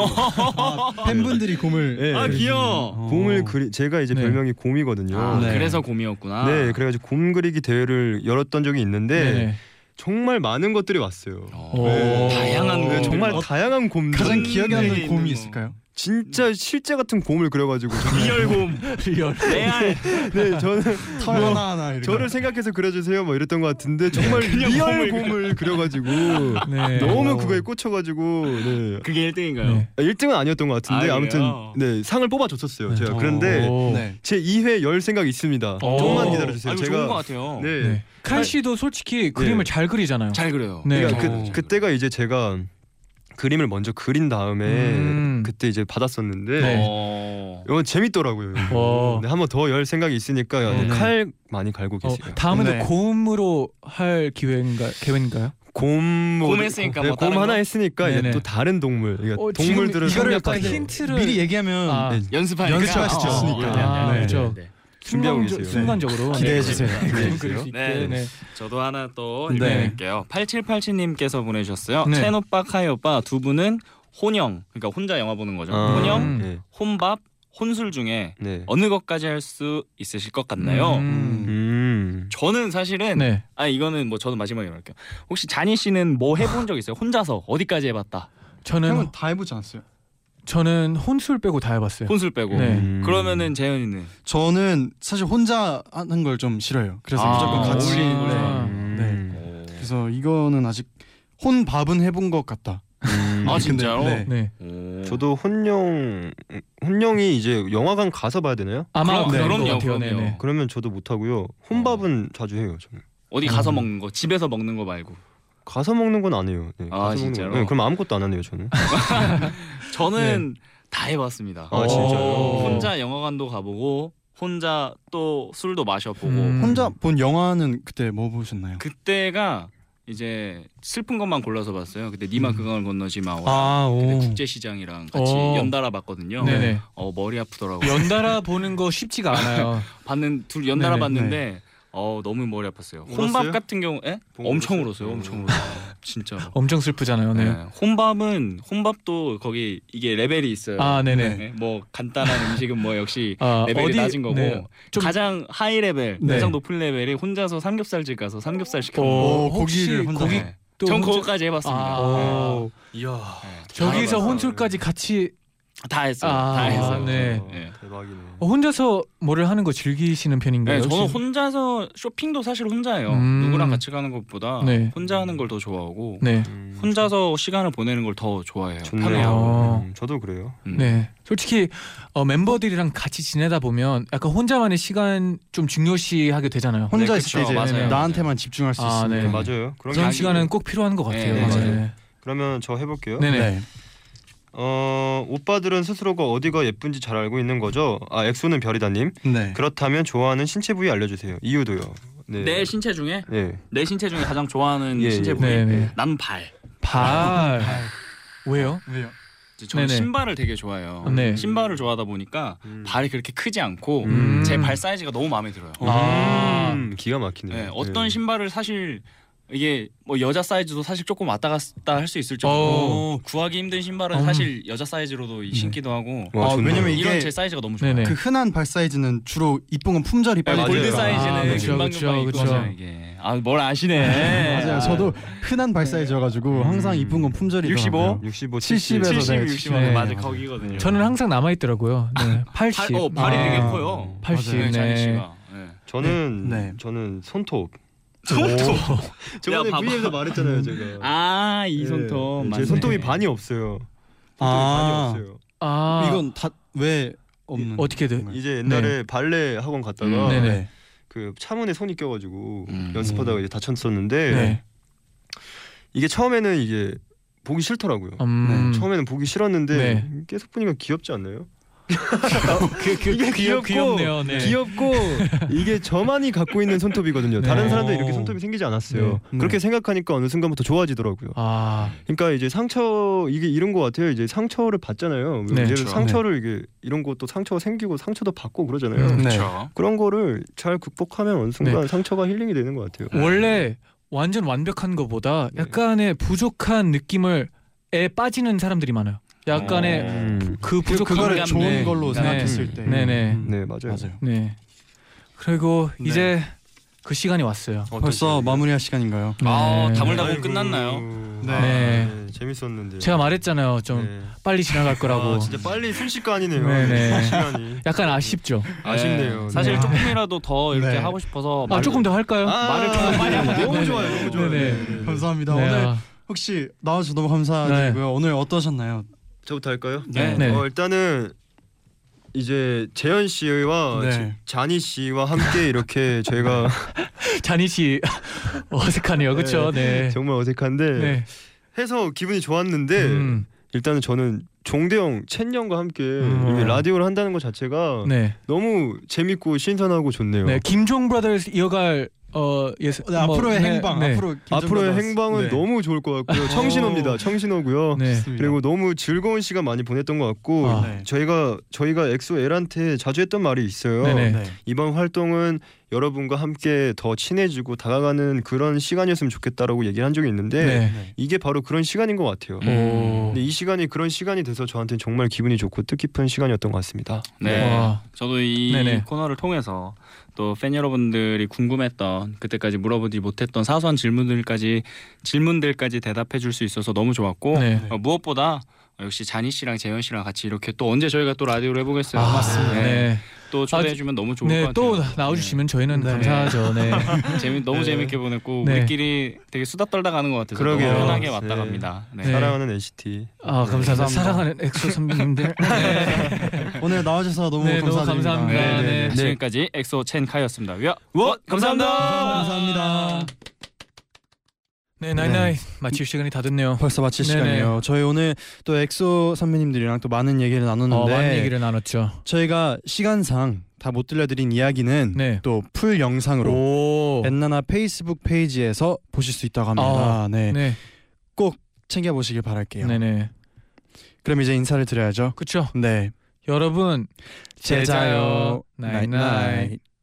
S2: 팬분들이 곰을
S6: 네.
S5: 아 귀여워.
S6: 곰을 그리 제가 이제
S3: 네.
S6: 별명이 곰이거든요.
S5: 아,
S2: 어. 네.
S5: 그래서 곰이었구나.
S6: 네, 그래가지고 곰 그리기 대회를 열었던 적이 있는데
S3: 네네.
S6: 정말 많은 것들이 왔어요.
S3: 네.
S5: 어.
S3: 오.
S5: 다양한
S6: 네,
S5: 곰.
S6: 정말
S5: 어,
S6: 다양한 곰들
S2: 가장
S5: 곰
S2: 기억에
S5: 내에
S2: 남는
S5: 있는
S2: 곰이
S5: 거.
S2: 있을까요?
S6: 진짜 실제 같은 곰을 그려가지고
S5: 리얼 곰.
S3: 리얼.
S5: 레알.
S6: 네 저는
S2: 털 하나 하나 이렇게.
S6: 저를 생각해서 그려주세요 뭐 이랬던 것 같은데 정말
S5: 그냥
S6: 리얼
S5: 곰을
S6: 곰을 그려가지고
S3: 네.
S6: 너무
S3: 오.
S6: 그거에 꽂혀가지고 네.
S5: 그게 1등인가요?
S3: 네.
S6: 1등은 아니었던 것 같은데
S5: 아,
S6: 아, 무튼
S5: 그래요?
S6: 네 상을 뽑아줬었어요
S3: 네.
S6: 제가 그런데
S3: 오.
S2: 네.
S6: 제 2회 열 생각 있습니다
S3: 오.
S6: 조금만
S5: 어.
S6: 기다려주세요
S5: 아이고,
S6: 제가
S5: 좋은 것 같아요.
S6: 네,
S3: 네. 칼 씨도 솔직히 그림을 잘 그리잖아요.
S5: 잘 그려요.
S3: 네.
S5: 잘
S6: 그러니까 그,
S5: 그려요.
S6: 그때가 이제 제가 그림을 먼저 그린 다음에
S3: 음.
S6: 그때 이제 받았었는데
S3: 네.
S5: 어.
S6: 이거 재밌더라고요.
S3: 어.
S6: 네, 한번 더 열 생각이 있으니까
S3: 네.
S6: 칼 많이 갈고
S3: 어,
S6: 계세요.
S3: 다음에도
S2: 네.
S3: 곰으로 할 기회인가 계획인가요?
S6: 곰, 뭐-
S5: 곰 했으니까
S6: 네,
S5: 뭐
S6: 곰
S5: 다른
S6: 하나
S5: 거?
S6: 했으니까 이제
S3: 네네.
S6: 또 다른 동물, 그러니까
S3: 어, 지금
S6: 동물들을
S3: 이거를
S6: 섭렵하는
S3: 약간 힌트를
S2: 미리 얘기하면
S3: 아,
S6: 네,
S5: 연습하니까.
S2: 연습하시죠.
S3: 아,
S5: 네, 네,
S3: 그렇죠.
S5: 네, 네.
S6: 준비하고
S3: 순간적-
S6: 계세요.
S3: 순간적으로
S2: 기대해
S3: 네.
S2: 주세요.
S3: 그림 그릴 수 있게.
S5: 네.
S3: 네.
S5: 저도 하나 또
S3: 네.
S5: 읽어드릴게요. 8787님께서 보내주셨어요.
S3: 네.
S5: 첸 오빠, 카이 오빠 두 분은 혼영, 그러니까 혼자 영화 보는 거죠.
S6: 아,
S5: 혼영,
S3: 음.
S6: 네,
S5: 혼밥, 혼술 중에
S6: 네.
S5: 어느 것까지 할 수 있으실 것 같나요?
S3: 음.
S6: 음.
S5: 저는 사실은
S3: 네.
S5: 아 이거는 뭐 저는 마지막에 말할게요. 혹시 자니 씨는 뭐 해본 적 있어요? 혼자서 어디까지 해봤다?
S3: 저는
S2: 형은 다 해보지 않았어요?
S3: 저는 혼술 빼고 다 해봤어요.
S5: 혼술 빼고.
S3: 네.
S6: 음.
S5: 그러면은 재현이는
S2: 저는 사실 혼자 하는 걸 좀 싫어요. 그래서
S5: 아,
S2: 무조건 같이
S5: 어울리는 걸
S2: 네.
S5: 좋아하는
S6: 음.
S3: 네.
S2: 그래서 이거는 아직 혼 밥은 해본 것 같다.
S6: 음.
S5: 아
S2: 근데-
S5: 진짜로?
S2: 네.
S3: 네.
S5: 오.
S6: 저도 혼영, 혼영이 이제 영화관 가서 봐야 되나요?
S3: 아마
S5: 그럼-
S3: 그런
S5: 그럼요,
S3: 것 같아요.
S5: 그럼요.
S3: 네네.
S6: 그러면 저도 못 하고요.
S5: 어.
S6: 혼밥은 자주 해요. 저는
S5: 어디 가서
S3: 음.
S5: 먹는 거, 집에서 먹는 거 말고.
S6: 가서 먹는 건 안 해요. 네,
S5: 아,
S6: 가서 먹는 건-
S5: 진짜로?
S6: 네, 그럼 아무것도 안 하네요. 저는.
S5: 저는
S3: 네.
S5: 다 해봤습니다.
S6: 아, 진짜요?
S5: 어,
S3: 오.
S5: 혼자 영화관도 가보고 혼자 또 술도 마셔보고
S3: 음.
S2: 혼자 본 영화는 그때 뭐 보셨나요?
S5: 그때가 이제 슬픈 것만 골라서 봤어요. 그때 니만 그강을 건너지 마와
S3: 음. 아, 오.
S5: 그때 국제시장이랑 같이
S3: 오.
S5: 연달아 봤거든요.
S3: 네네.
S5: 어 머리 아프더라고요.
S3: 연달아 보는 거 쉽지가 않아요.
S5: 봤는 둘 연달아
S3: 네네,
S5: 봤는데 어 너무 머리 아팠어요.
S6: 울었어요?
S5: 혼밥 같은 경우에
S6: 보고
S5: 엄청
S6: 울었어요?
S5: 울었어요. 엄청 울었어요. 진짜.
S3: 엄청 슬프잖아요. 네.
S5: 네. 혼밥은 혼밥도 거기 이게 레벨이 있어요.
S3: 아, 네네.
S5: 네, 뭐 간단한 음식은 뭐 역시
S3: 아,
S5: 레벨이 낮은 거고
S3: 네. 좀-
S5: 가장 하이 레벨,
S3: 네.
S5: 가장 높은 레벨이 혼자서 삼겹살집 가서 삼겹살 시켜 먹고.
S3: 오,
S2: 오, 고기를
S3: 혹시
S2: 어, 혼자-
S3: 고기
S5: 네.
S3: 또
S5: 전
S3: 혼자-
S5: 그거까지 해봤습니다.
S3: 아,
S5: 네.
S3: 오.
S6: 이야.
S5: 네.
S3: 저기서
S5: 다 해봤어요. 네.
S3: 혼술까지 같이
S5: 다 했어요.
S3: 아,
S5: 다 했어요.
S3: 네.
S5: 네.
S6: 대박이네.
S3: 어, 혼자서 뭐를 하는 거 즐기시는
S5: 네,
S3: 편인가요?
S5: 저는
S3: 혹시?
S5: 혼자서 쇼핑도 사실 혼자예요.
S3: 음.
S5: 누구랑 같이 가는 것보다
S3: 네.
S5: 혼자 하는 걸 더 좋아하고
S3: 네.
S6: 음.
S5: 혼자서 시간을 보내는 걸 더 좋아해요. 편해요.
S6: 좋네요. 음, 저도 그래요.
S5: 음.
S3: 네. 솔직히 어, 멤버들이랑 같이 지내다 보면 약간 혼자만의 시간 좀 중요시하게 되잖아요.
S2: 혼자
S5: 네,
S2: 있을
S5: 그쵸,
S2: 때 이제
S5: 맞아요.
S2: 나한테만 집중할 수
S3: 아,
S2: 있으니까.
S3: 네.
S6: 맞아요. 그럼
S3: 그런
S5: 자기-
S3: 시간은 꼭 필요한 것 같아요.
S5: 네,
S6: 맞아요.
S3: 네.
S6: 그러면 저 해볼게요.
S3: 네네.
S2: 네.
S6: 어 오빠들은 스스로가 어디가 예쁜지 잘 알고 있는 거죠? 아 엑소는 별이다님.
S2: 네.
S6: 그렇다면 좋아하는 신체 부위 알려주세요. 이유도요. 네.
S5: 내 신체 중에
S6: 네.
S5: 내 신체 중에 가장 좋아하는
S6: 예,
S5: 신체
S6: 예.
S5: 부위.
S3: 네, 네.
S5: 난 발.
S3: 발. 왜요?
S2: 왜요?
S5: 저는
S3: 네네.
S5: 신발을 되게 좋아해요.
S3: 네.
S5: 신발을 좋아하다 보니까
S6: 음.
S5: 발이 그렇게 크지 않고
S3: 음.
S5: 제 발 사이즈가 너무 마음에 들어요.
S3: 아.
S6: 음, 기가 막히네요.
S5: 네, 어떤
S6: 네.
S5: 신발을 사실 이게 뭐 여자 사이즈도 사실 조금 왔다 갔다 할 수 있을 정도로 구하기 힘든 신발은
S3: 음.
S5: 사실 여자 사이즈로도 이- 신기도 하고
S6: 와,
S2: 아,
S6: 좋네요.
S2: 왜냐면 이게
S5: 이런 제 사이즈가 너무 좋아요.
S3: 네네.
S2: 그 흔한 발 사이즈는 주로 이쁜 건 품절이 빨리
S6: 맞아요.
S5: 골드
S2: 되니까. 네.
S5: 사이즈는
S3: 아, 네, 그쵸,
S5: 금방 금방
S3: 그쵸,
S5: 입고
S3: 그쵸.
S5: 가잖아요 이게. 아뭘 아시네.
S2: 맞아요. 저도 흔한 발 사이즈여가지고
S3: 음.
S2: 항상 이쁜 건 품절이
S5: 65?
S6: 65,
S2: 70 에서
S5: 70,
S2: 네,
S5: 60
S3: 네.
S5: 맞아 거기거든요.
S3: 저는 항상 남아 있더라고요. 네. 80.
S5: 발, 어, 발이
S2: 아.
S5: 되게 커요.
S3: 80.
S5: 네,
S3: 네.
S5: 자기 씨가. 네.
S6: 저는
S2: 네. 네.
S6: 저는 손톱.
S5: 손톱.
S6: 저번에
S5: 봐봐.
S6: V에서 말했잖아요, 제가.
S5: 아, 이
S6: 예.
S5: 손톱.
S6: 제
S5: 맞네.
S6: 손톱이 반이 없어요. 손톱이
S2: 아.
S6: 반이 없어요.
S3: 아,
S2: 이건 다 왜 없는?
S3: 어떻게든
S6: 이제 옛날에 발레 학원 갔다가
S5: 네. 음,
S3: 네네.
S6: 그 차문에 손이 껴가지고
S5: 음.
S6: 연습하다가 이제 다쳤었는데
S3: 네.
S6: 이게 처음에는 이게 보기 싫더라고요.
S3: 음.
S6: 네. 처음에는 보기 싫었는데
S3: 네.
S6: 계속 보니까 귀엽지 않나요?
S3: 그, 그,
S6: 이게
S3: 귀엽,
S6: 귀엽고
S3: 귀엽네요. 네.
S6: 귀엽고 이게 저만이 갖고 있는 손톱이거든요.
S3: 네.
S6: 다른 사람들 이렇게
S3: 어.
S6: 손톱이 생기지 않았어요.
S2: 네. 네.
S6: 그렇게 생각하니까 어느 순간부터 좋아지더라고요.
S3: 아,
S6: 그러니까 이제 상처 이게 이런 거 같아요. 이제 상처를 받잖아요.
S3: 네.
S6: 예를
S5: 그렇죠.
S6: 들어 상처를 이게 이런 것도 상처가 생기고 상처도 받고 네. 그러잖아요.
S2: 네.
S3: 음.
S5: 그렇죠.
S6: 그런 거를 잘 극복하면 어느 순간 상처가 힐링이 되는 것 같아요.
S3: 원래 완전 완벽한 것보다
S6: 네.
S3: 약간의 부족한 느낌을 에 빠지는 사람들이 많아요.
S6: 음.
S5: 어.
S3: 약간의 그
S2: 그,
S3: 부족한
S2: 그거를
S5: 감각,
S2: 좋은
S5: 네.
S2: 걸로
S3: 네.
S2: 생각했을 때.
S3: 네네.
S2: 음.
S6: 네 맞아요.
S2: 맞아요.
S3: 네. 그리고
S2: 네.
S3: 이제 그 시간이 왔어요.
S2: 벌써 마무리할 시간인가요?
S5: 아,
S3: 네.
S5: 다물다 보고 네. 끝났나요?
S2: 네.
S6: 네.
S3: 네.
S6: 재밌었는데.
S3: 제가 말했잖아요. 좀
S6: 네.
S3: 빨리 지나갈 거라고.
S6: 아, 진짜 빨리 순식간이네요.
S3: 네네.
S6: 시간이
S3: 약간 아쉽죠.
S6: 아쉽네요.
S5: 네. 사실
S3: 네.
S5: 조금이라도 더 이렇게
S2: 네.
S5: 하고 싶어서
S3: 아
S5: 말-
S3: 조금 더 할까요?
S6: 말을
S5: 조금 빨리 하면
S6: 너무
S3: 네네.
S6: 아, 좋아요. 너무 좋아요.
S3: 네네.
S6: 네.
S2: 감사합니다.
S3: 네.
S2: 오늘
S3: 아,
S2: 혹시 나와주셔서 너무 감사드리고요. 오늘 어떠셨나요?
S6: 저부터 할까요?
S5: 네.
S3: 네.
S6: 어, 일단은 이제 재현 씨와
S2: 네.
S6: 어, 지- 자니 씨와 함께 이렇게 저희가
S3: 자니 씨 어색하네요. 그렇죠? 네.
S6: 정말 어색한데 해서 기분이 좋았는데
S3: 음,
S6: 일단은 저는 종대형, 첸형과 함께
S3: 음.
S6: 이렇게 라디오를 한다는 것 자체가
S3: 네.
S6: 너무 재밌고 신선하고 좋네요.
S3: 네. 김종 브라더스 이어갈 어 예스.
S2: 네,
S3: 뭐,
S2: 앞으로의
S3: 네,
S2: 행방,
S3: 네.
S2: 앞으로 김정은
S6: 앞으로의
S2: 나왔-
S6: 행방은
S2: 네.
S6: 너무 좋을 것 같고요. 청신호입니다. 청신호고요.
S3: 어. 네.
S2: 좋습니다.
S6: 그리고 너무 즐거운 시간 많이 보냈던 것 같고
S3: 아.
S2: 네.
S6: 저희가 저희가 엑소 L한테 자주 했던 말이 있어요.
S3: 네네.
S2: 네.
S6: 이번 활동은 여러분과 함께 더 친해지고 다가가는 그런 시간이었으면 좋겠다라고 얘기를 한 적이 있는데
S3: 네.
S6: 이게 바로 그런 시간인 것 같아요.
S5: 음.
S3: 오.
S6: 근데 이 시간이 그런 시간이 돼서 저한테는 정말 기분이 좋고 뜻깊은 시간이었던 것 같습니다.
S5: 네.
S3: 와.
S5: 저도 이
S3: 네네.
S5: 코너를 통해서 또 팬 여러분들이 궁금했던 그때까지 물어보지 못했던 사소한 질문들까지 질문들까지 대답해 줄 수 있어서 너무 좋았고
S3: 네.
S5: 어, 무엇보다 역시 자니 씨랑 재현 씨랑 같이 이렇게 또 언제 저희가 또 라디오를 해보겠어요.
S3: 아, 맞습니다. 네.
S5: 또 초대해 주면 너무 좋을
S3: 네.
S5: 것
S3: 또
S5: 같아요.
S3: 나와 주시면 저희는
S2: 네.
S3: 감사하죠. 네.
S5: 네. 재미 너무 재밌게 보냈고
S3: 네.
S5: 우리끼리 되게 수다 떨다 가는 것 같아서
S6: 그러게요.
S5: 너무 편하게
S6: 네.
S5: 왔다 갑니다. 네.
S3: 네.
S6: 사랑하는 NCT.
S3: 아, 감사합니다.
S2: 감사합니다.
S3: 사랑하는 엑소 선배님들.
S2: 오늘 나와주셔서 너무
S3: 네, 너무
S2: 감사드립니다.
S3: 감사합니다. 네.
S5: 네. 지금까지 엑소 첸 카이였습니다. 위아
S6: 워!
S2: 감사합니다.
S3: 네, 나이나이 마칠 시간이 다 됐네요.
S2: 벌써 마칠
S3: 네네.
S2: 시간이에요. 저희 오늘 또 엑소 선배님들이랑 또 많은 얘기를
S3: 어,
S2: 나눴는데
S3: 많은 얘기를 나눴죠.
S2: 저희가 시간상 다 못 들려드린 이야기는
S3: 네.
S2: 또 풀 영상으로
S3: 오.
S2: 엔나나 페이스북 페이지에서 보실 수 있다고 합니다. 네.
S3: 네.
S2: 챙겨 보시길 바랄게요.
S3: 네, 네.
S2: 그럼 이제 인사를 드려야죠.
S3: 그렇죠.
S2: 네.
S3: 여러분
S2: 제자요.
S3: 나잇나잇.
S2: 나잇나잇.